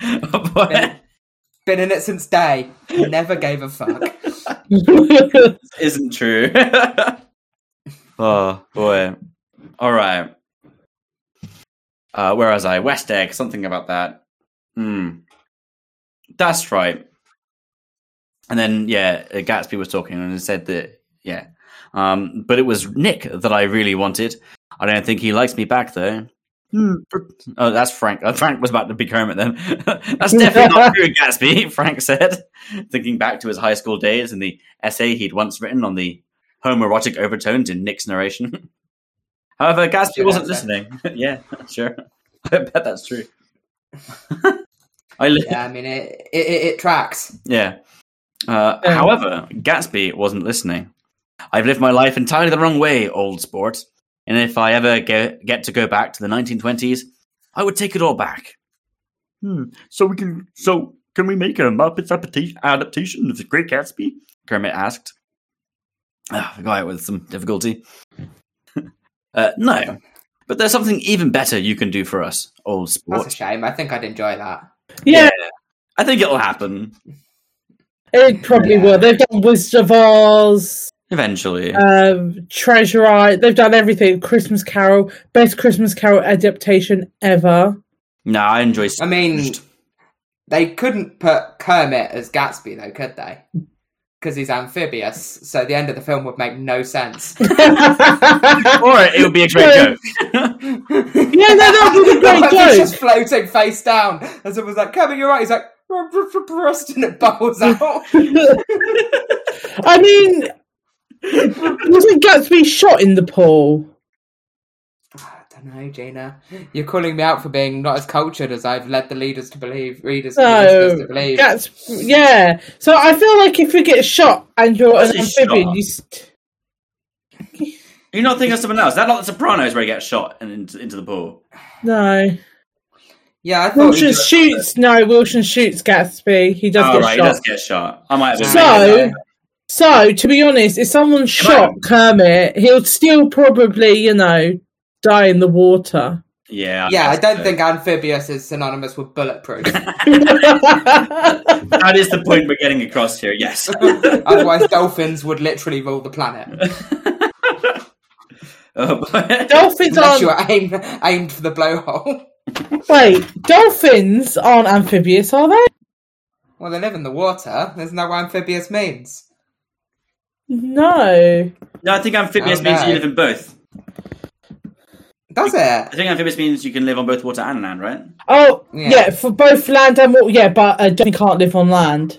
Oh, boy. Been in it since day. Never gave a fuck. isn't true. oh boy. All right. Uh, where was I? West Egg. Something about that. Hmm. That's right. And then yeah, uh, Gatsby was talking and said that yeah, um, but it was Nick that I really wanted. I don't think he likes me back though. Hmm. Oh, that's Frank. Uh, Frank was about to be Kermit then. that's definitely not true, Gatsby. Frank said, thinking back to his high school days and the essay he'd once written on the homoerotic overtones in Nick's narration. However, Gatsby Good wasn't answer. listening. yeah, sure. I bet that's true. I li- yeah. Yeah, I mean, it, it, it, it tracks. Uh, Yeah. However, Gatsby wasn't listening. I've lived my life entirely the wrong way, old sport. And if I ever get, get to go back to the 1920s, I would take it all back. Hmm. So we can. So can we make a Muppets adapta- adaptation of the Great Gatsby? Kermit asked. Ah, I got it with some difficulty. uh, no, but there's something even better you can do for us, old That's sport. a shame. I think I'd enjoy that. yeah, I think it'll happen it probably Yeah. will. They've done Wizard of Oz, eventually. Uh, um, Treasure Island. They've done everything. Christmas Carol, best Christmas Carol adaptation ever. no, I enjoy. I mean, they couldn't put Kermit as Gatsby, though, could they? Because he's amphibious, so the end of the film would make no sense. or it would be a great joke. Yeah, no, that was a great He's joke. just floating face down. And someone's like, Kermit, you're right. He's like, "Ruh, ruh, ruh, ruh," and it bubbles out. I mean, wasn't Gatsby shot in the pool? I don't know, Gina. You're calling me out for being not as cultured as I've led the leaders to believe, readers No, listeners to believe. Gats, yeah. So I feel like if you get shot and you're Was an he amphibian, shot? you st- You're not thinking of someone else. That not The Sopranos where he gets shot and into, into the pool. no. Yeah, I thought. Wilson shoots. No, Wilson shoots Gatsby. He does oh, get right, shot. he does get shot. I might have been making that So, up. so to be honest, if someone shot Kermit, he'll still probably, you know, die in the water. Yeah, I yeah, I guess don't so. think amphibious is synonymous with bulletproof. that is the point we're getting across here. Yes. Otherwise, dolphins would literally rule the planet. Oh, boy. dolphins Unless aren't. you were aimed, aimed for the blowhole. Wait, dolphins aren't amphibious, are they? Well, they live in the water. Isn't that what amphibious means? No. no, I think amphibious Oh, means no. you live in both. Does I it? think amphibious means you can live on both water and land, right? Oh, Yeah. yeah, for both land and water. Yeah, but uh, dolphin can't live on land.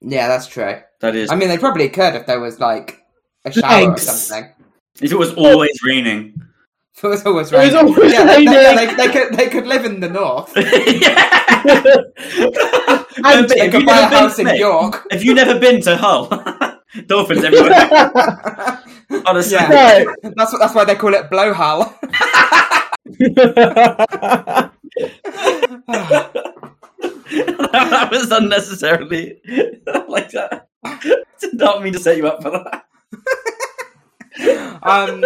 Yeah, that's true. That is. I mean, they probably could if there was like a shower Legs. or something. if it was always raining. It was always It was raining. always yeah, they, they- yeah, they- raining. they could they could live in the north. yeah. And But They if could you've buy a never been house to in Nick- York. Have you never been to Hull? Dolphins everywhere. Honestly. Yeah. Right. That's that's why they call it blowhole. that was unnecessarily like that. Did not mean to set you up for that. um,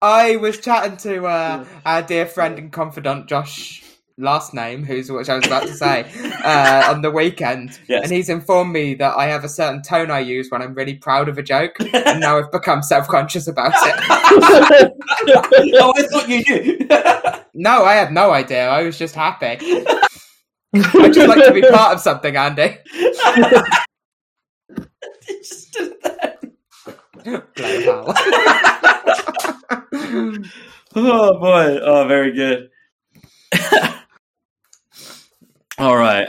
I was chatting to uh, our dear friend and confidant Josh last name, who's which I was about to say, uh, on the weekend, Yes. and he's informed me that I have a certain tone I use when I'm really proud of a joke, and now I've become self-conscious about it. Oh, I thought you knew. No, I had no idea. I was just happy. I just like to be part of something, Andy. You just did that. Bloody hell. Oh boy. Oh, very good. All right.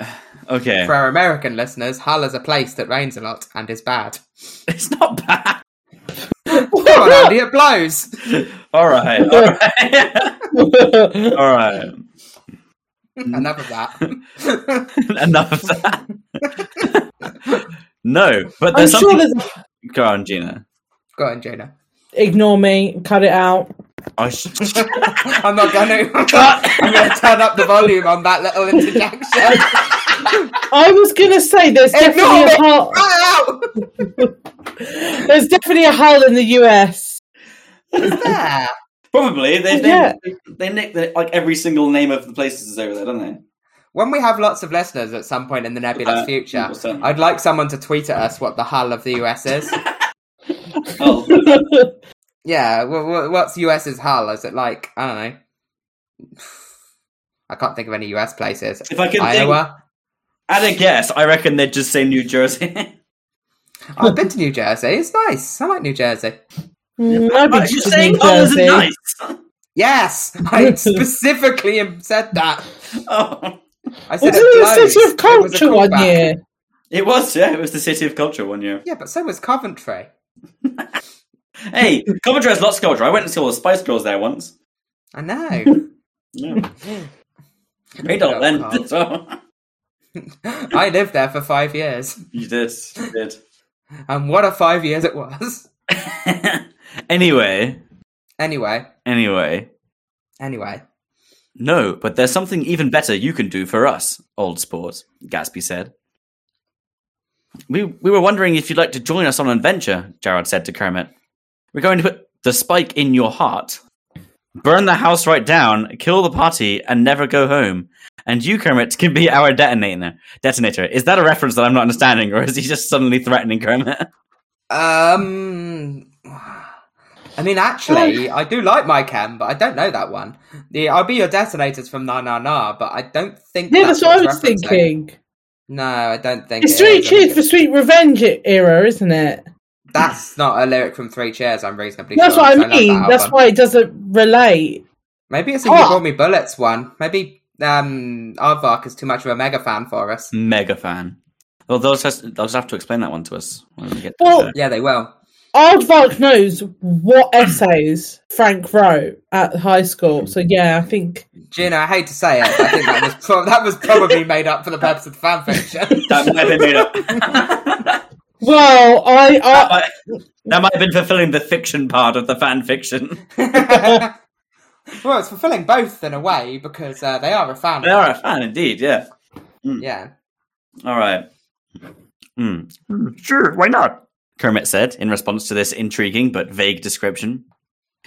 Okay. For our American listeners, Hull is a place that rains a lot and is bad. It's not bad. Come on, Andy, it blows. All right. All right. All right. Enough of that. Enough of that. no, but I'm there's sure something. there's. Go on, Gina. Go on, Jonah. Ignore me. Cut it out. I sh- I'm not going to. I'm going to turn up the volume on that little interjection. I was gonna say there's Ignore definitely a me. hole. Ow! There's definitely a hole in the US. There. Probably they they, Yeah. they, nick the, like every single name of the places over there, don't they? When we have lots of listeners at some point in the nebulous Uh, future, 100%. I'd like someone to tweet at us what the hull of the US is. Oh, yeah, wh- wh- what's US's hull? Is it like I don't know? I can't think of any US places. if I could think, Iowa. at a guess, I reckon they'd just say New Jersey. I've been to New Jersey. It's nice. I like New Jersey. Mm, I'd be But just just as saying New colours Jersey. are nice. Yes, I specifically said that. Oh, I said Was it it a blows. It city of was a culture one callback. year? it was yeah, it was the city of culture one year. Yeah, but so was Coventry. Hey, Coventry has lots of culture. I went and saw the Spice Girls there once. I know. Yeah. Radar Oh, then. So. I lived there for five years, You did. You did. and what a five years it was. anyway, Anyway, anyway. anyway, No, but there's something even better you can do for us, old sport, Gatsby said. We, we were wondering if you'd like to join us on an adventure, Jared said to Kermit. We're going to put the spike in your heart, burn the house right down, kill the party, and never go home. And you, Kermit, can be our detonator. Detonator. Is that a reference that I'm not understanding, or is he just suddenly threatening Kermit? um, I mean, actually, I do like my chem, but I don't know that one. The I'll be your detonators from Na Na Na, but I don't think. Yeah, that's what I was it's referencing. thinking. No, I don't think It's it Sweet is. I Cheers think for it's- Sweet Revenge era, isn't it? That's not a lyric from Three Cheers. I'm reasonably. That's sure, what I because love mean. that That's album. why it doesn't relate. Maybe it's a Oh. You Brought Me Bullets one. Maybe um, Aardvark is too much of a mega fan for us. Mega fan. Well, they'll just, they'll just have to explain that one to us when we get Well, there. Yeah, they will. Aardvark knows what essays Frank wrote at high school. So yeah, I think Gina, I hate to say it, but I think that was, pro- that was probably made up for the purpose of the fan fiction. That might have been made up. Well, I, I that might- that might have been fulfilling the fiction part of the fan fiction. well, it's fulfilling both in a way because uh, they are a fan. They are a fan indeed, yeah. Yeah. All right. Hmm. Sure, why not? Kermit said in response to this intriguing but vague description.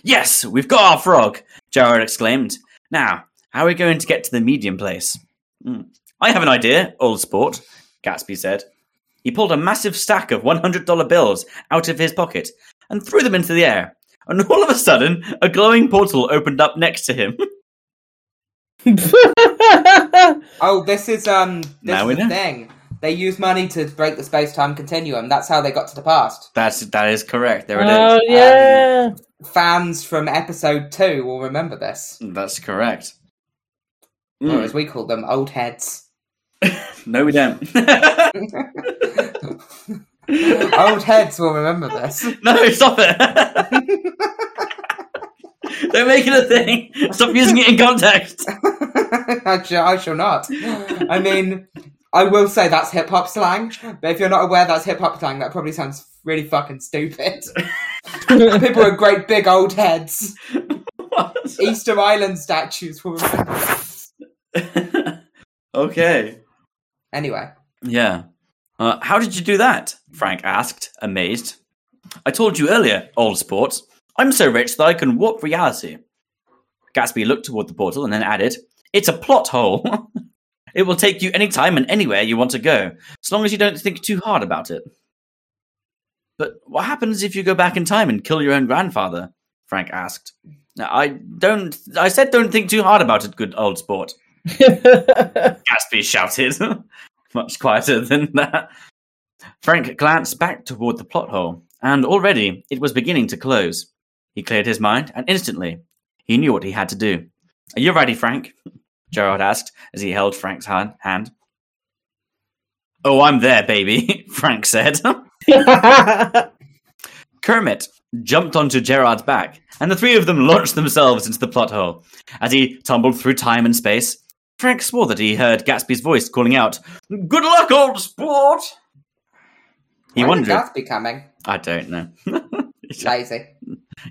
Yes, we've got our frog, Jared exclaimed. Now, how are we going to get to the medium place? Hmm. I have an idea, old sport, Gatsby said. He pulled a massive stack of $100 bills out of his pocket and threw them into the air. And all of a sudden, a glowing portal opened up next to him. Oh, this is um this Now we is the know. thing. They use money to break the space time continuum. That's how they got to the past. That's that is correct. There it is. oh yeah, Fans from episode two will remember this, That's correct. or Hmm. as we call them, old heads. No, we don't. old heads will remember this. no, stop it. don't make it a thing. Stop using it in context. I, shall, I shall not. I mean, I will say that's hip hop slang, but if you're not aware that's hip hop slang, that probably sounds really fucking stupid. People with great big old heads. Easter Island statues will remember that. okay. Anyway, Yeah. Uh, how did you do that? Frank asked, amazed. I told you earlier, old sport. I'm so rich that I can warp reality. Gatsby looked toward the portal and then added, It's a plot hole. it will take you any time and anywhere you want to go, as long as you don't think too hard about it. But what happens if you go back in time and kill your own grandfather? Frank asked. I don't. I said don't think too hard about it, good old sport. Um, Gatsby shouted, much quieter than that. Frank glanced back toward the plot hole, and already it was beginning to close. He cleared his mind, and instantly he knew what he had to do. Are you ready, Frank? Gerard asked as he held Frank's han- hand. Oh, I'm there, baby, Frank said. Kermit jumped onto Gerard's back, and the three of them launched themselves into the plot hole. As he tumbled through time and space, Frank swore that he heard Gatsby's voice calling out, Good luck, old sport! He why wondered. did Gatsby coming? I don't know. Lazy.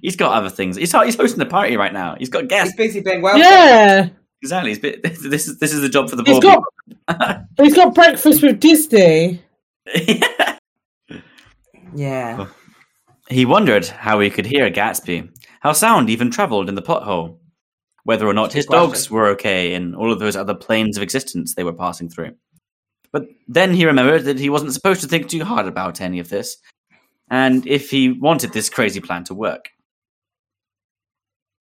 he's got other things. He's, he's hosting a party right now. He's got He's guests. busy being well. yeah. Exactly. He's bit, this is this is the job for the He's poor got he's got breakfast with Disney. people. Yeah. He wondered how he could hear Gatsby, how sound even travelled in the plot hole, whether or not his Question. dogs were okay in all of those other planes of existence they were passing through. But then he remembered that he wasn't supposed to think too hard about any of this, and if he wanted this crazy plan to work.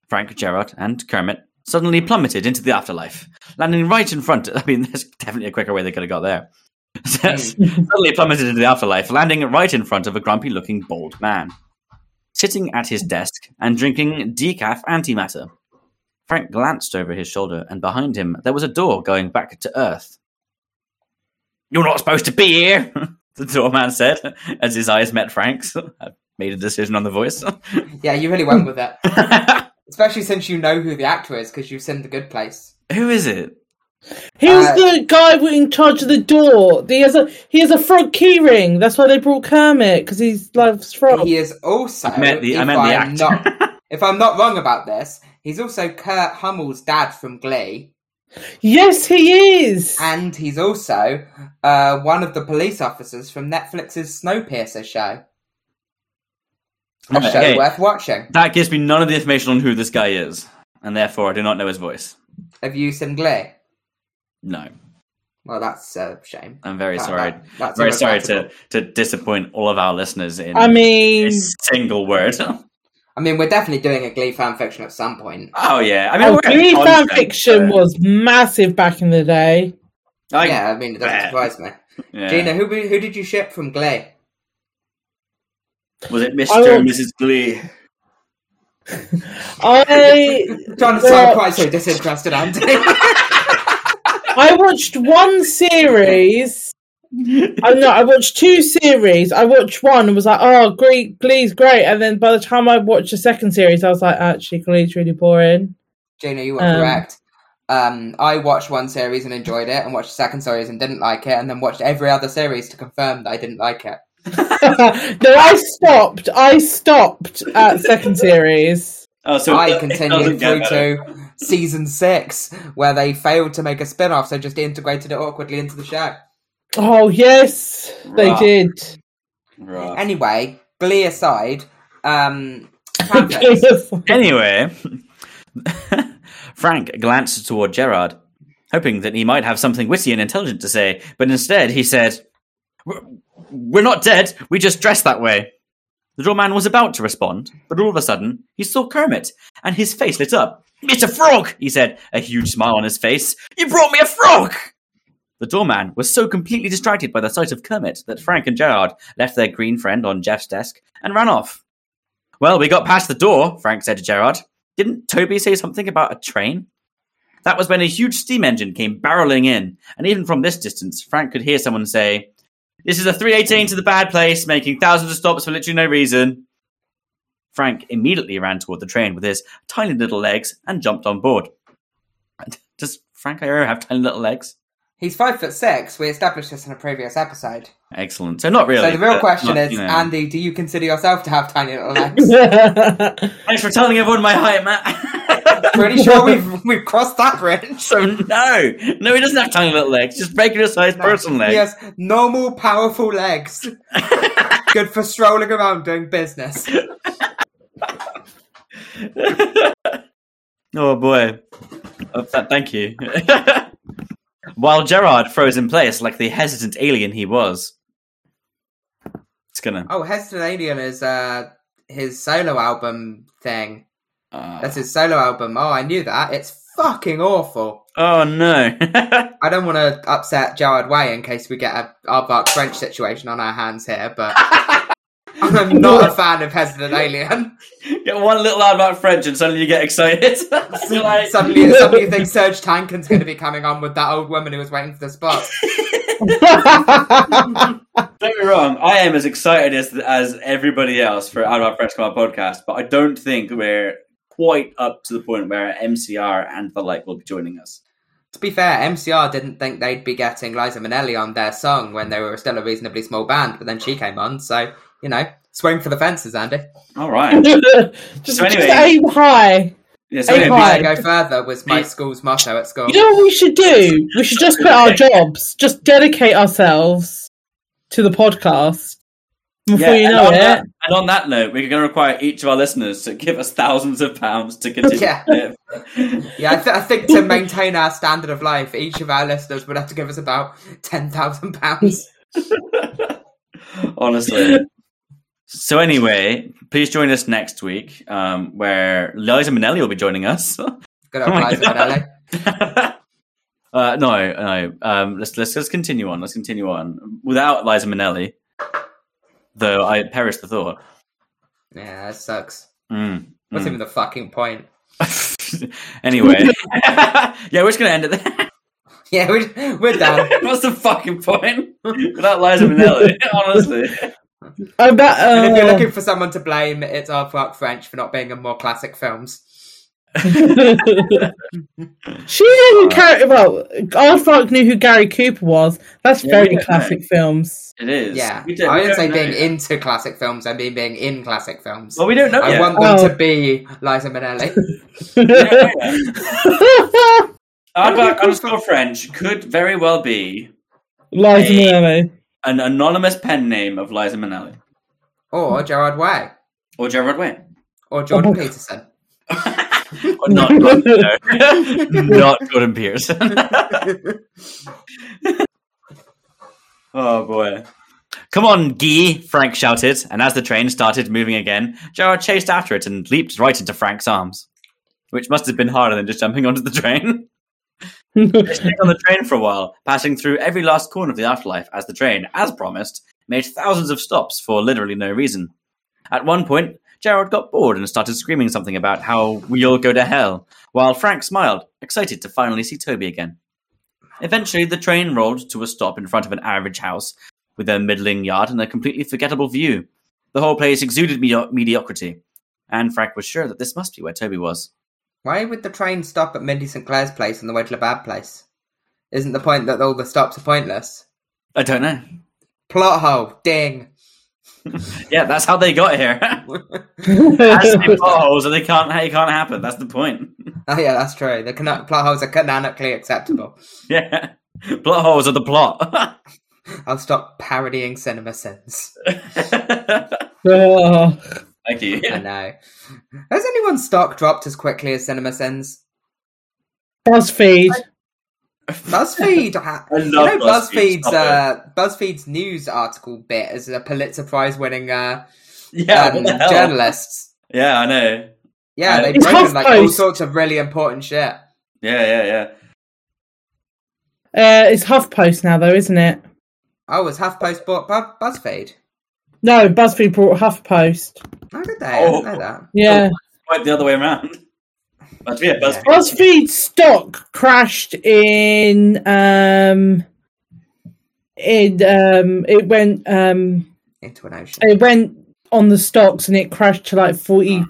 Frank, Gerard, and Kermit suddenly plummeted into the afterlife, landing right in front. I mean, there's definitely a quicker way they could have got there. suddenly plummeted into the afterlife, landing right in front of a grumpy looking bald man. Sitting at his desk and drinking decaf antimatter. Frank glanced over his shoulder, and behind him there was a door going back to Earth. You're not supposed to be here, the doorman said as his eyes met Frank's. I made a decision on the voice. Yeah, you really went with it. Especially since you know who the actor is because you've seen The Good Place. Who is it? Who's Uh, the guy who- in charge of the door? He has a he has a frog key ring. That's why they brought Kermit because he loves frogs. He is also. I meant the, I if meant the I'm actor. not- if I'm not wrong about this, he's also Kurt Hummel's dad from Glee, Yes, he is. and he's also uh, one of the police officers from Netflix's Snowpiercer show. A Right, show hey. worth watching. that gives me none of the information on who this guy is, and therefore I do not know his voice. Have you seen Glee? No. Well, that's a shame. I'm very That- sorry. that- that's very sorry to, irregrettable. to disappoint all of our listeners in I mean, a single word. I mean, we're definitely doing a Glee fan fiction at some point. oh yeah, I mean, oh, we're at Glee fan content, fiction but- was massive back in the day. I, yeah, Oh, yeah, I mean, it doesn't Yeah. surprise me. yeah. Gina, who who did you ship from Glee? was it Mr. I will- and Mrs. Glee? I John, Well- I'm quite so disinterested, Andy. I watched one series. I no, I watched two series. I watched one and was like, "Oh, Glee, Glee's great," and then by the time I watched the second series, I was like, "Actually, Glee's really boring." Gina, you were Um, correct. Um, I watched one series and enjoyed it, and watched the second series and didn't like it, and then watched every other series to confirm that I didn't like it. no, I stopped. I stopped at second series. Oh, so I it doesn't continued get through better. to season six, where they failed to make a spin off, so just integrated it awkwardly into the show. Oh yes, they Right. did. Right. Anyway, Glee aside, um, fanfics. Yes. Anyway, Frank glanced toward Gerard, hoping that he might have something witty and intelligent to say, but instead he said, "We're- We're not dead, we just dress that way. The doorman was about to respond, but all of a sudden he saw Kermit, and his face lit up. It's a frog, he said, a huge smile on his face. You brought me a frog! The doorman was so completely distracted by the sight of Kermit that Frank and Gerard left their green friend on Jeff's desk and ran off. Well, we got past the door, Frank said to Gerard. Didn't Toby say something about a train? That was when a huge steam engine came barreling in, and even from this distance, Frank could hear someone say, This is a 318 to the bad place, making thousands of stops for literally no reason. Frank immediately ran toward the train with his tiny little legs and jumped on board. Does Frank Iero have tiny little legs? He's five foot six. We established this in a previous episode. Excellent. So not really. so the real but question not, is, you know. Andy, do you consider yourself to have tiny little legs? Thanks for telling everyone my height, Matt. Pretty sure we've we've crossed that bridge. so no, no, he doesn't have tiny little legs. Just regular sized person legs. He has normal, powerful legs. Good for strolling around doing business. Oh boy. Oh, th- thank you. While Gerard froze in place like the hesitant alien he was. It's gonna. Oh, Hesitant Alien is uh, his solo album thing. uh, That's his solo album. Oh, I knew that. It's fucking awful. oh no. I don't want to upset Jared Way in case we get a Arbok French situation on our hands here, but I'm not a fan of Hesitant Alien. get one little ad about French and suddenly you get excited. You're like, Suddenly, suddenly you think Serge Tankin's going to be coming on with that old woman who was waiting for the spot. don't be wrong, I am as excited as as everybody else for Ad about French Come Out podcast, but I don't think we're quite up to the point where MCR and the like will be joining us. To be fair, MCR didn't think they'd be getting Liza Minnelli on their song when they were still a reasonably small band, but then she came on, so, you know, swing for the fences, Andy. All right. just, So anyway- just aim high. Yeah, so we're Hey, gonna be- Right. Right. Go further was my school's motto at school. You know what we should do? We should just quit our jobs, just dedicate ourselves to the podcast. Before Yeah, you and know on it, That, and on that note, we're going to require each of our listeners to give us thousands of pounds to continue. Yeah. to live. Yeah, I, th- I think to maintain our standard of life, each of our listeners would have to give us about ten thousand pounds. Honestly. So anyway, please join us next week, um, where Liza Minnelli will be joining us. Good Oh old my Liza God. Minnelli. uh, no, no. Um, let's let's let's continue on. Let's continue on without Liza Minnelli. Though I perished the thought. Yeah, that sucks. Mm, What's mm. even the fucking point? anyway, yeah, we're just gonna end it there. Yeah, we're, we're done. What's the fucking point without Liza Minnelli? Honestly, I bet. and if you're uh, looking for someone to blame, it's our fuck French for not being in more classic films. oh, she knew who Gary. Well, Old Folk knew who Gary Cooper was. That's Yeah, we very don't know. classic films. it is. Yeah, We don't- I we didn't don't say know. being into classic films. I mean being in classic films. Well, we don't know I yet. want them Oh. to be Liza Minnelli. Aardvark underscore French could very well be Liza Minnelli. an anonymous pen name of Liza Minnelli or Gerard Way. or Gerard Wayne. Or Jordan Oh. Peterson. Or not, not, no. not Jordan Pearson. oh boy. Come on, Gee, Frank shouted, and as the train started moving again, Gerard chased after it and leaped right into Frank's arms. Which must have been harder than just jumping onto the train. They stayed on the train for a while, passing through every last corner of the afterlife as the train, as promised, made thousands of stops for literally no reason. At one point, Gerald got bored and started screaming something about how we all go to hell, while Frank smiled, excited to finally see Toby again. Eventually, the train rolled to a stop in front of an average house with a middling yard and a completely forgettable view. The whole place exuded medio- mediocrity, and Frank was sure that this must be where Toby was. Why would the train stop at Mindy St. Clair's place on the way to the bad place? Isn't the point that all the stops are pointless? I don't know. Plot hole, ding. Yeah, that's how they got here. That's the potholes, so they can't. It can't happen. That's the point. Oh yeah, that's true. The cano- plot holes are canonically acceptable. Yeah, plot holes are the plot. I'll stop parodying Cinema Sins. Thank Oh. you. I know. Has anyone's stock dropped as quickly as Cinema Sins? BuzzFeed. BuzzFeed. I love you know BuzzFeed, BuzzFeed's stop uh, BuzzFeed's news article bit is a Pulitzer Prize winning uh, Yeah, um, what the hell? journalists. Yeah, I know. Yeah, Uh, they've It's written like all HuffPost. sorts of really important shit. Yeah, yeah, yeah. Uh, it's HuffPost now, though, isn't it? Oh, was HuffPost bought Bu- BuzzFeed? No, BuzzFeed brought HuffPost. How did they? I didn't Oh. know that. Yeah. Quite the other way around. Must be a BuzzFeed. BuzzFeed stock crashed in um in um it went um Into an ocean. it went on the stocks and it crashed to like forty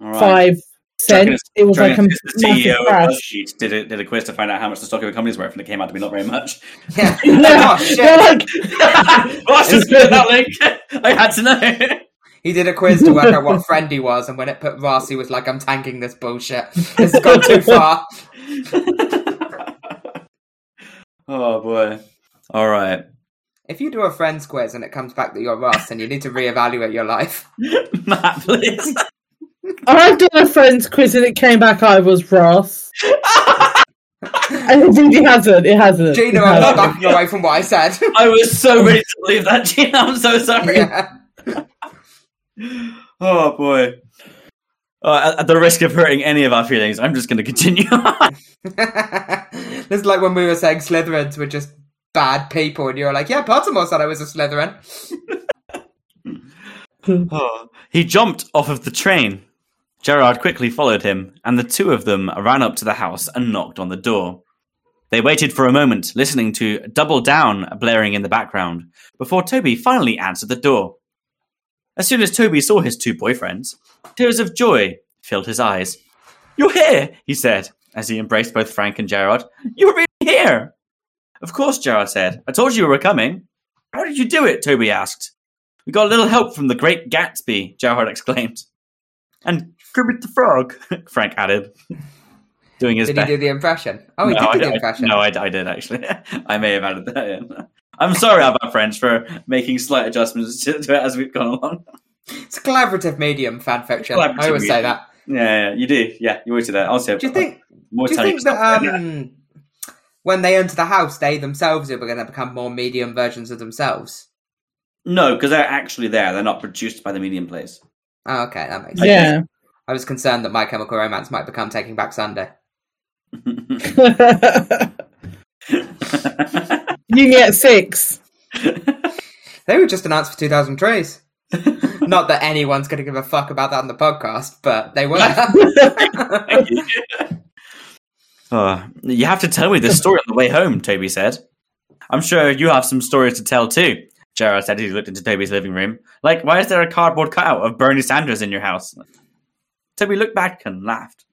All five sent. It was like a Dragons is the massive CEO of crash. BuzzFeed did a, did a quiz to find out how much the stock of a company's worth, and it came out to be not very much. Yeah. Yeah, oh, they're shit. like, well, I just clicked that link. I had to know. He did a quiz to work out what friend he was, and when it put Ross, he was like, I'm tanking this bullshit. This has gone too far. oh boy. All right. If you do a friends quiz and it comes back that you're Ross, then you need to reevaluate your life. Matt, please. I've done a friend's quiz and it came back I was Ross. and it really hasn't. It hasn't. Gina, it I'm not hasn't. backing away from what I said. I was so ready to leave that, Gina. I'm so sorry. yeah. Oh boy. Uh, at, at the risk of hurting any of our feelings, I'm just going to continue. on. this is like when we were saying Slytherins were just bad people, and you were like, yeah, Pottermore said I was a Slytherin. Oh. He jumped off of the train. Gerard quickly followed him, and the two of them ran up to the house and knocked on the door. They waited for a moment, listening to Double Down blaring in the background, before Toby finally answered the door. As soon as Toby saw his two boyfriends, tears of joy filled his eyes. You're here, he said, as he embraced both Frank and Gerard. You're really here! Of course, Gerard said. I told you you were coming. How did you do it? Toby asked. We got a little help from the great Gatsby, Gerard exclaimed. And Kermit the Frog, Frank added, doing his Did he best. do the impression? Oh, he I, did do the I- impression. no, I, I did actually. I may have added that in. I'm sorry about French for making slight adjustments to, to it as we've gone along. It's a collaborative medium fanfiction. Collaborative I always say medium. that. Yeah, yeah, you do. Yeah, you always do that. Also, Do you think? More Do you time think that um, when they enter the house, they themselves are going to become more medium versions of themselves? no, because they're actually there. They're not produced by the medium place. Oh, okay, that makes sense. Yeah. I was concerned that My Chemical Romance might become Taking Back Sunday. you can get six. They were just announced for 2000 Trees. Not that anyone's going to give a fuck about that on the podcast, but they were. Uh, you have to tell me this story on the way home, Toby said. I'm sure you have some stories to tell too, Gerard said as he looked into Toby's living room. Like, why is there a cardboard cutout of Bernie Sanders in your house? Toby looked back and laughed.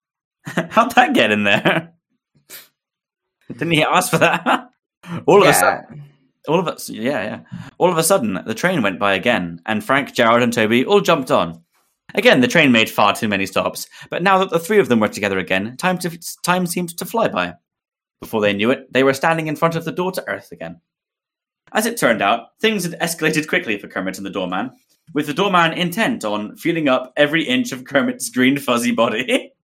How'd that get in there? Didn't he ask for that? all of a sudden, yeah. all of us, yeah, yeah. All of a sudden, the train went by again, and Frank, Gerald, and Toby all jumped on. Again, the train made far too many stops, but now that the three of them were together again, time, to, time seemed to fly by. Before they knew it, they were standing in front of the door to Earth again. As it turned out, things had escalated quickly for Kermit and the doorman, with the doorman intent on feeling up every inch of Kermit's green fuzzy body.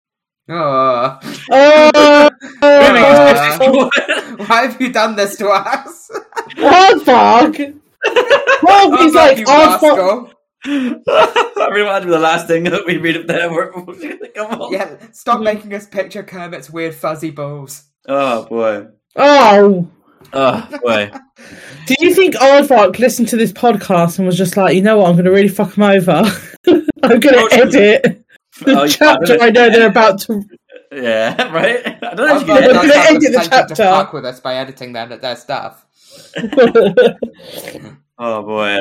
Oh, Oh, Yeah. oh, why have you done this to us? Hardbog. oh, Well, Oh, God, he's like you Hardbog. rascal. that reminds me of the last thing that we read up there. We're, come on. Yeah, stop Mm-hmm. making us picture Kermit's weird fuzzy balls. Oh, boy. Oh. Oh, boy. Do you think Aardvark listened to this podcast and was just like, you know what, I'm going to really fuck them over? I'm going Oh, to edit the Oh, yeah, chapter I don't know they're about to. Yeah, right. I don't know if I've you got can I've enough edit. gonna edit the incentive to chapter. fuck with us by editing them at their stuff. Oh boy,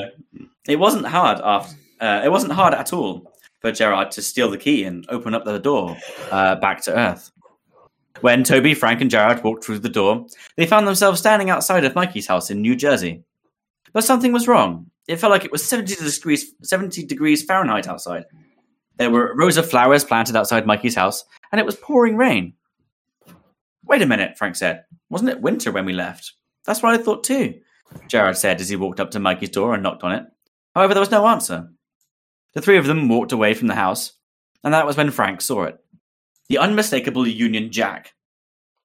it wasn't hard after. Uh, it wasn't hard at all for Gerard to steal the key and open up the door uh, back to Earth. When Toby, Frank, and Gerard walked through the door, they found themselves standing outside of Mikey's house in New Jersey. But something was wrong. It felt like it was seventy degrees seventy degrees Fahrenheit outside. There were rows of flowers planted outside Mikey's house, and it was pouring rain. Wait a minute, Frank said. Wasn't it winter when we left? That's what I thought too. Jared said as he walked up to Mikey's door and knocked on it. However, there was no answer. The three of them walked away from the house, and that was when Frank saw it. The unmistakable Union Jack.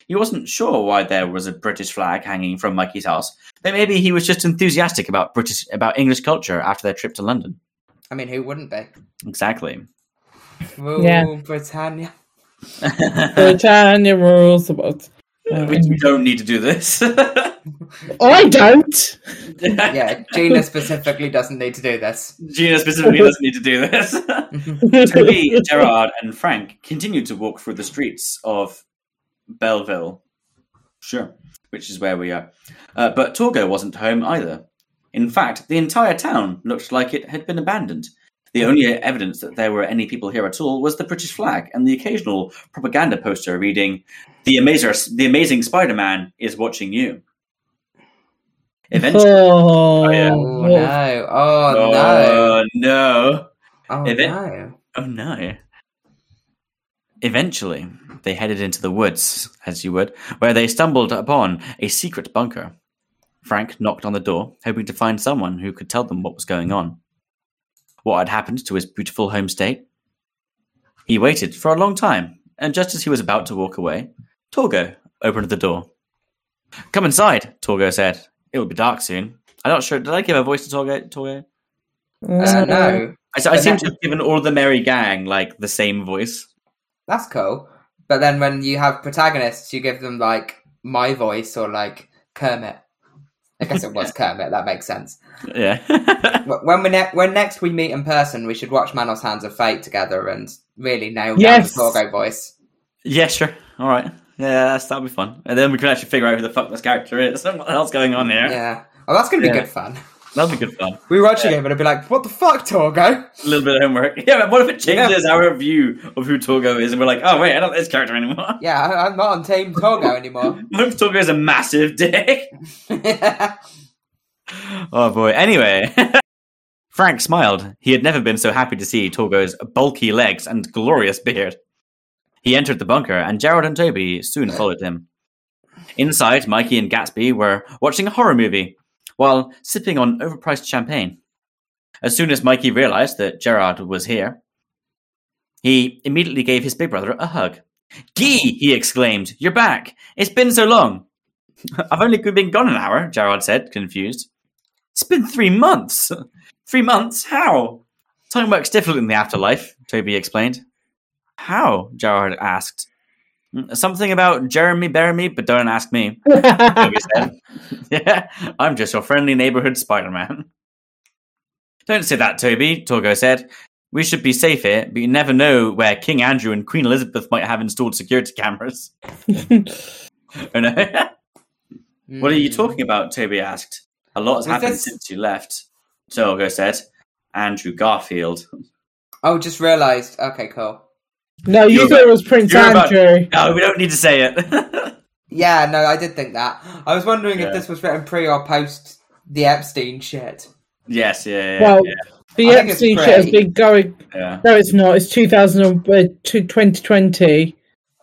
He wasn't sure why there was a British flag hanging from Mikey's house, but maybe he was just enthusiastic about British about English culture after their trip to London. I mean, who wouldn't be? Exactly. Rule Yeah. Britannia. Britannia rules the world. we, we don't need to do this. I don't. Yeah, Gina specifically doesn't need to do this. Gina specifically doesn't need to do this. Toby, Gerard, and Frank continued to walk through the streets of Belleville. Sure. Which is where we are. Uh, but Torgo wasn't home either. In fact, the entire town looked like it had been abandoned, The only evidence that there were any people here at all was the British flag and the occasional propaganda poster reading, "The Amazer, the Amazing Spider-Man is watching you." Eventually, Oh, yeah. Oh no! Oh no! oh no. Oh If it- no! Oh no. Eventually, they headed into the woods, as you would, where they stumbled upon a secret bunker. Frank knocked on the door, hoping to find someone who could tell them what was going on. What had happened to his beautiful home state? He waited for a long time, and just as he was about to walk away, Torgo opened the door. Come inside, Torgo said. It will be dark soon. I'm not sure. Did I give a voice to Torgo? Torgo? Mm. Uh, no, I, I But seem that- to have given all the merry gang like the same voice. that's cool. But then when you have protagonists, you give them like my voice or like Kermit. I guess it was Kermit. That makes sense. Yeah. Wh- When we ne- when next we meet in person, we should watch Manos Hands of Fate together and really nail down Yes. the Torgo voice. yeah, sure. All right. Yeah, that's, that'll be fun. And then we can actually figure out who the fuck this character is and what else going on here. Yeah. Oh, that's gonna be Yeah. good fun. That'll be good fun. We were watching it, but it'd be like, what the fuck, Torgo? A little bit of homework. Yeah, but what if it changes our view of who Torgo is and we're like, oh, wait, I don't like this character anymore. Yeah, I- I'm not on Team Torgo anymore. What if Torgo is a massive dick? Oh, boy. Anyway. Frank smiled. He had never been so happy to see Torgo's bulky legs and glorious beard. He entered the bunker, and Gerald and Toby soon followed him. Inside, Mikey and Gatsby were watching a horror movie while sipping on overpriced champagne. As soon as Mikey realized that Gerard was here, he immediately gave his big brother a hug. Gee, he exclaimed, you're back. It's been so long. I've only been gone an hour, Gerard said, confused. It's been three months. Three months? How? Time works differently in the afterlife, Toby explained. How? Gerard asked. Something about Jeremy bury me, but don't ask me. Toby said. yeah, I'm just your friendly neighborhood Spider Man. Don't say that, Toby, Torgo said. We should be safe here, but you never know where King Andrew and Queen Elizabeth might have installed security cameras. oh no. what are you talking about? Toby asked. A lot has Was happened this- since you left, Torgo said. Andrew Garfield. Oh, just realised. Okay, cool. no, you You're thought it was Prince you're about- Andrew. No, we don't need to say it. Yeah, no, I did think that. I was wondering Yeah. if this was written pre or post the Epstein shit. yes, yeah, yeah, Well, yeah, the I think it's Epstein shit has pretty- been going. yeah. No, it's not. It's 2000, and- uh, to 2020.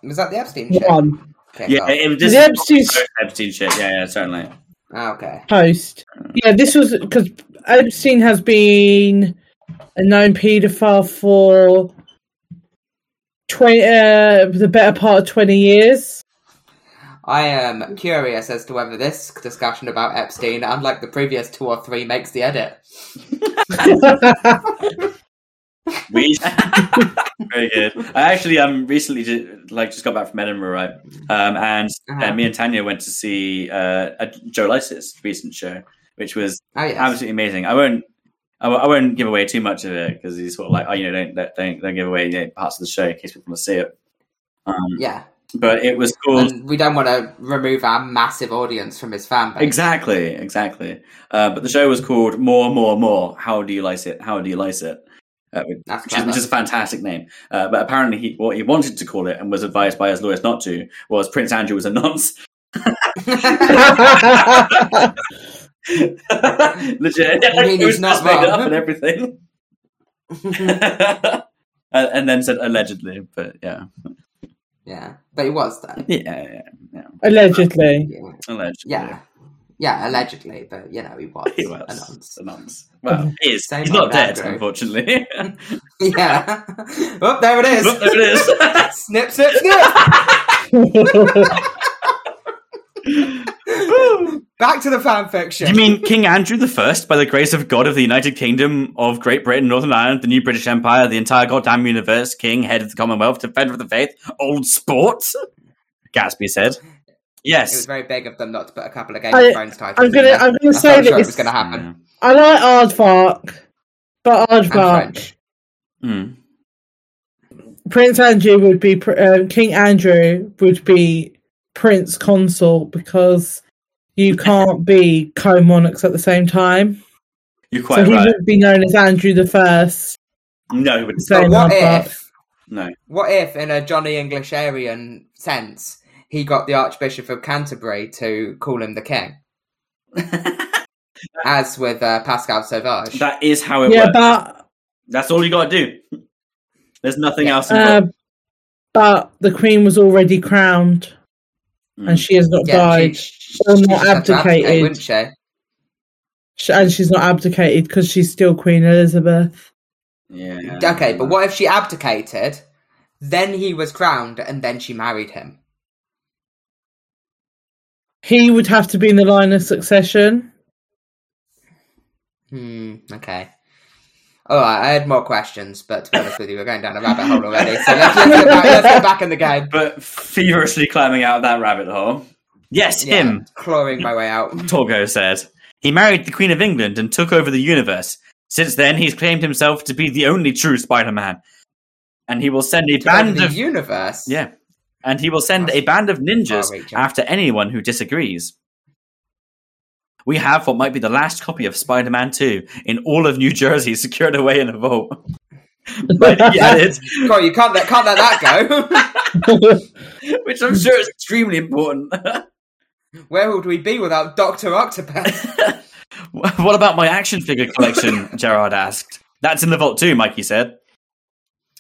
Was that the Epstein shit? One Okay, Yeah, cool. it was just The Epstein- Epstein shit. Yeah, yeah, certainly. Ah, okay. post. Yeah, this was because Epstein has been a known paedophile for 20, uh, the better part of 20 years. I am curious as to whether this discussion about Epstein, unlike the previous two or three, makes the edit. We very good. I actually um recently ju- like just got back from Edinburgh, right? Um, and uh, Uh-huh. me and Tanya went to see uh a Joe Lysis recent show, which was Oh, yes. absolutely amazing. I won't. I won't- I won't give away too much of it because he's sort of like, oh, you know, don't don't- don't, don't give away you know, parts of the show in case people want to see it. Um, Yeah, But it was called and we don't want to remove our massive audience from his fan base. Exactly, exactly. Uh, but the show was called More, More, More. How do you lice it? How do you lice it? Uh, which, That's is, clever. which is a fantastic name. Uh, but apparently, he, what he wanted to call it and was advised by his lawyers not to was Prince Andrew was a nonce. Legit. You mean It he's was not just made wrong? it up and everything. and, and then said allegedly, but yeah. yeah, but it was though. Yeah, yeah, Allegedly. Yeah, allegedly. yeah, Yeah, allegedly, but you know, he was. He a was nonce. a nonce. Well, he is. Same He's not old dead, Andrew. unfortunately. Yeah. oh, there it is. Look, there it is. snip, snip, snip. Back to the fan fiction. Do you mean King Andrew the First, by the grace of God of the United Kingdom of Great Britain, Northern Ireland, the new British Empire, the entire goddamn universe, King, head of the Commonwealth, defender of the faith, old sport? Gatsby said. It was Yes. very big of them not to put a couple of Game I- of Thrones titles. I'm gonna- in there. I'm gonna That's say what I'm that sure it it's- was going to happen. Mm. I like Aardvark, but And Aardvark. French. Mm. Prince Andrew would be pr- um, King Andrew would be Prince Consort because you can't be co-monarchs at the same time. You're so quite he right. would be known as Andrew the First. No, he wouldn't. Fair But what enough, but- if? No. What if, in a Johnny English Aryan sense, he got the Archbishop of Canterbury to call him the king? As with uh, Pascal Sauvage. That is how it yeah, works. but That's all you got to do. There's nothing Yeah. else uh, involved. but the Queen was already crowned, Mm. and she has not yeah, she- died, she, Or she'd not have to abdicate, abdicated. wouldn't she? Sh and she's not abdicated because she's still Queen Elizabeth. yeah. Okay, but what if she abdicated, then he was crowned, and then she married him? He would have to be in the line of succession. Hmm, okay. All right, I had more questions, but to be honest with you, we're going down a rabbit hole already. So let's, let's, go, back, let's go back in the game. But feverishly climbing out of that rabbit hole. Yes, Yeah, him. clawing my way out. Torgo said. He married the Queen of England and took over the universe. Since then, he's claimed himself to be the only true Spider-Man, and he will send a And band the of universe. yeah, and he will send a band of ninjas far-reaching. after anyone who disagrees. We have what might be the last copy of Spider-Man 2 in all of New Jersey, secured away in a vault. but he added, God, you can't let can't let that go. which I'm sure is extremely important. Where would we be without Doctor Octopus? what about my action figure collection? Gerard asked. That's in the vault too, Mikey said.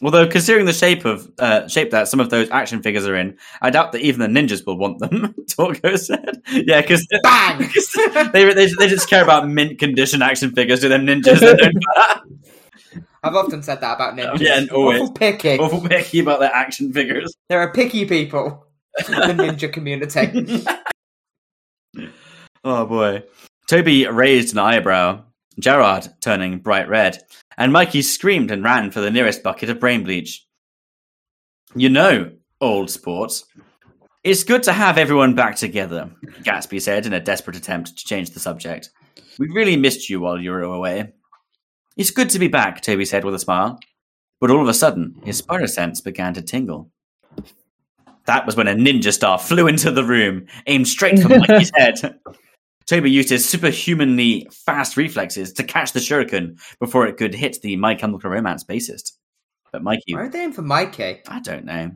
Although, considering the shape of uh, shape that some of those action figures are in, I doubt that even the ninjas will want them. Torgo said, "Yeah, because Bang! they, they they just care about mint condition action figures. Do them ninjas? They don't I've often said that about ninjas. Yeah, and always. Awful picky. awful picky about their action figures." There are picky people in the ninja community. Oh boy. Toby raised an eyebrow, Gerard turning bright red, and Mikey screamed and ran for the nearest bucket of brain bleach. You know, old sports. It's good to have everyone back together, Gatsby said in a desperate attempt to change the subject. We really missed you while you were away. It's good to be back, Toby said with a smile. But all of a sudden, his spider sense began to tingle. That was when a ninja star flew into the room, aimed straight for Mikey's head. Toby used his superhumanly fast reflexes to catch the shuriken before it could hit the My Chemical Romance bassist. But Mikey, Why are they in for Mikey? I don't know.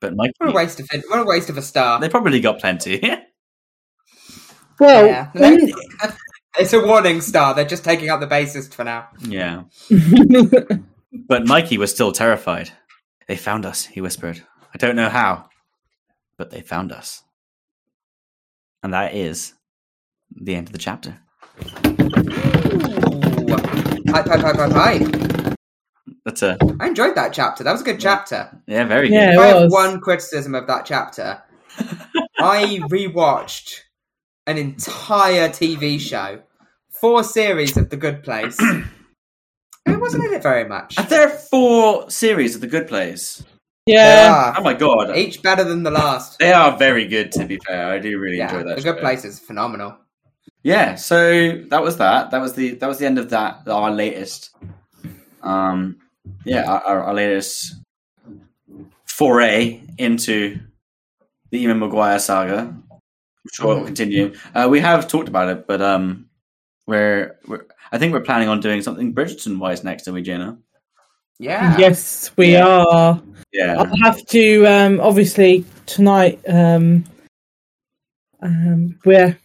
But Mikey, What a waste of what a waste of a star. they probably got plenty. Well, Yeah. in- It's a warning star. They're just taking out the bassist for now. yeah. But Mikey was still terrified. They found us, he whispered. I don't know how, but they found us. And that is the end of the chapter. Ooh. Hype, hype, hype, hype, hype. That's a I enjoyed that chapter. That was a good chapter. yeah, very good. Yeah. If I have was. one criticism of that chapter. I rewatched an entire TV show, four series of The Good Place. and it wasn't in it very much. Are there four series of The Good Place? There yeah, are, Oh my god. each better than the last. They are very good to be fair. I do really Yeah, enjoy that. The Good show. Place is phenomenal. Yeah, so that was that. That was the that was the end of that our latest um yeah, our- our, our latest foray into the Eamon Maguire saga. I'm sure it'll continue. Uh, we have talked about it, but um we're, we're I think we're planning on doing something Bridgerton wise next, are we, Jenna? Yeah. yes, we Yeah. are. Yeah. I'll have to um obviously tonight um um we're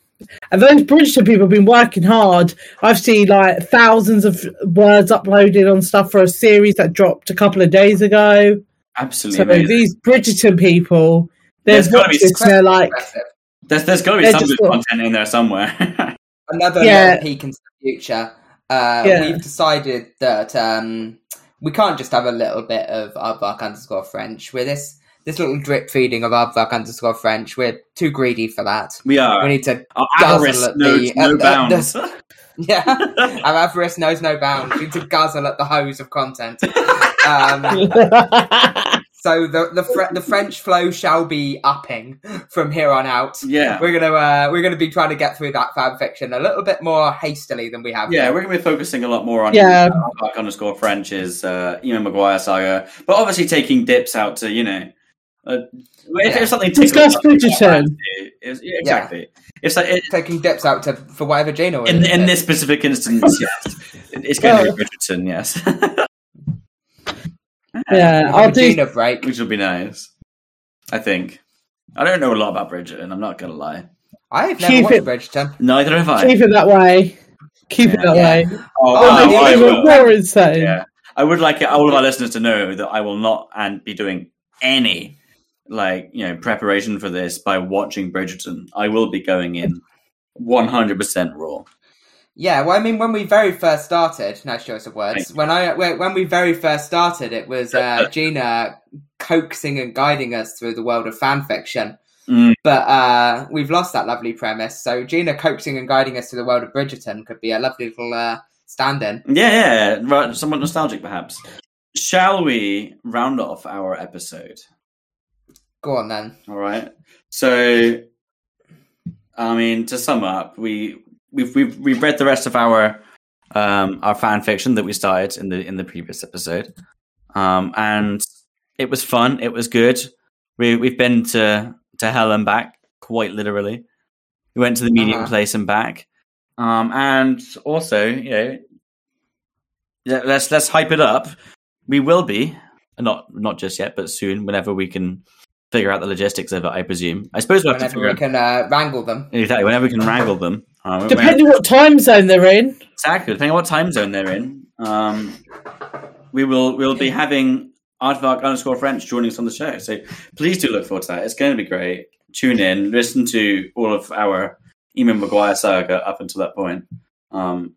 and those Bridgeton people have been working hard. I've seen like thousands of words uploaded on stuff for a series that dropped a couple of days ago. Absolutely So amazing. these Bridgerton people, they're There's gotta be watching this and they're like, Impressive. There's there's gotta be They're some just good sort of- content in there somewhere. another Yeah. little peek into the future. Uh, Yeah. We've decided that um, we can't just have a little bit of Aardvark underscore French. We're this this little drip feeding of Aardvark underscore French. We're too greedy for that. we are. We need to, our guzzle avarice at knows the- no uh, at the- bounds. yeah, our avarice knows no bounds. We need to guzzle at the hose of content. Um, so the the, Fre- the French flow shall be upping from here on out. yeah. We're gonna uh, we're gonna be trying to get through that fan fiction a little bit more hastily than we have. Yeah, we're going to be focusing a lot more on Yeah. uh, Park underscore French's uh, Ian Maguire saga, but obviously taking dips out to you know, uh, if, Yeah. if something Discuss tickles us, Bridgerton. it's- yeah, exactly. It's like it, taking dips out to for whatever Gino in is. in this specific instance, yes, it's going to be Bridgerton. Yes, Yeah, I'll do Regina break. which would be nice. I think. I don't know a lot about Bridgerton. I'm not gonna lie. I've never Keep watched it- Bridgerton. Neither have I. keep it that way. Keep it Yeah. that way. Oh, Oh, wow, yeah, I you Even will. more insane. Yeah, I would like all of our listeners to know that I will not and be doing any like you know preparation for this by watching Bridgerton. I will be going in 100% raw. Yeah, well, I mean, when we very first started, nice choice of words. When I when when we very first started, it was uh, Gina coaxing and guiding us through the world of fan fiction. Mm. But uh, we've lost that lovely premise. So Gina coaxing and guiding us through the world of Bridgerton could be a lovely little uh, stand-in. Yeah, yeah, yeah, right, somewhat nostalgic perhaps. Shall we round off our episode? Go on then. All right. So, I mean, to sum up, we we've we've, we've read the rest of our um, our fan fiction that we started in the in the previous episode, um, and it was fun. It was good. We we've been to to hell and back quite literally. We went to the medium Uh-huh. place and back, um, and also you know, yeah, let's let's hype it up. We will be not not just yet, but soon, whenever we can figure out the logistics of it. I presume. I suppose we have to Whenever figure we out can uh, wrangle them. Exactly. Whenever we can wrangle them, um, Depending what time zone they're in. exactly. Depending on what time zone they're in, um, we will we'll be having Artvark underscore French joining us on the show. So please do look forward to that. It's going to be great. Tune in, listen to all of our Eamon Maguire saga up until that point. Um,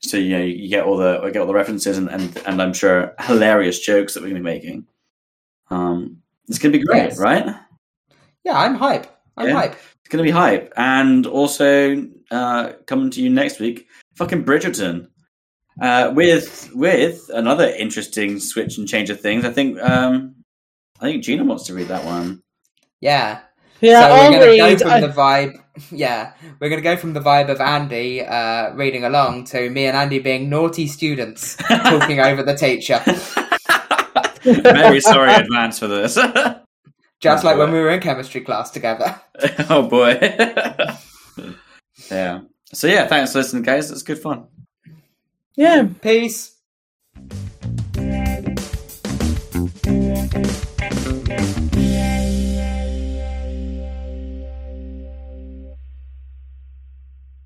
so you know you get all the you get all the references and and, and I'm sure hilarious jokes that we're going to be making. Um, it's going to be great, Yes. right? Yeah, I'm hype. I'm Yeah. hype. It's going to be hype. And also uh, coming to you next week, fucking Bridgerton. Uh, with with another interesting switch and change of things. I think um, I think Gina wants to read that one. Yeah. Yeah, so I'll we're gonna read. go from I- the vibe. Yeah, we're gonna go from the vibe of Andy uh, reading along to me and Andy being naughty students talking over the teacher, Very sorry in advance for this. Oh, just like when boy. we were in chemistry class together. oh boy. yeah. So yeah, thanks for listening, guys. It's good fun. yeah. Peace.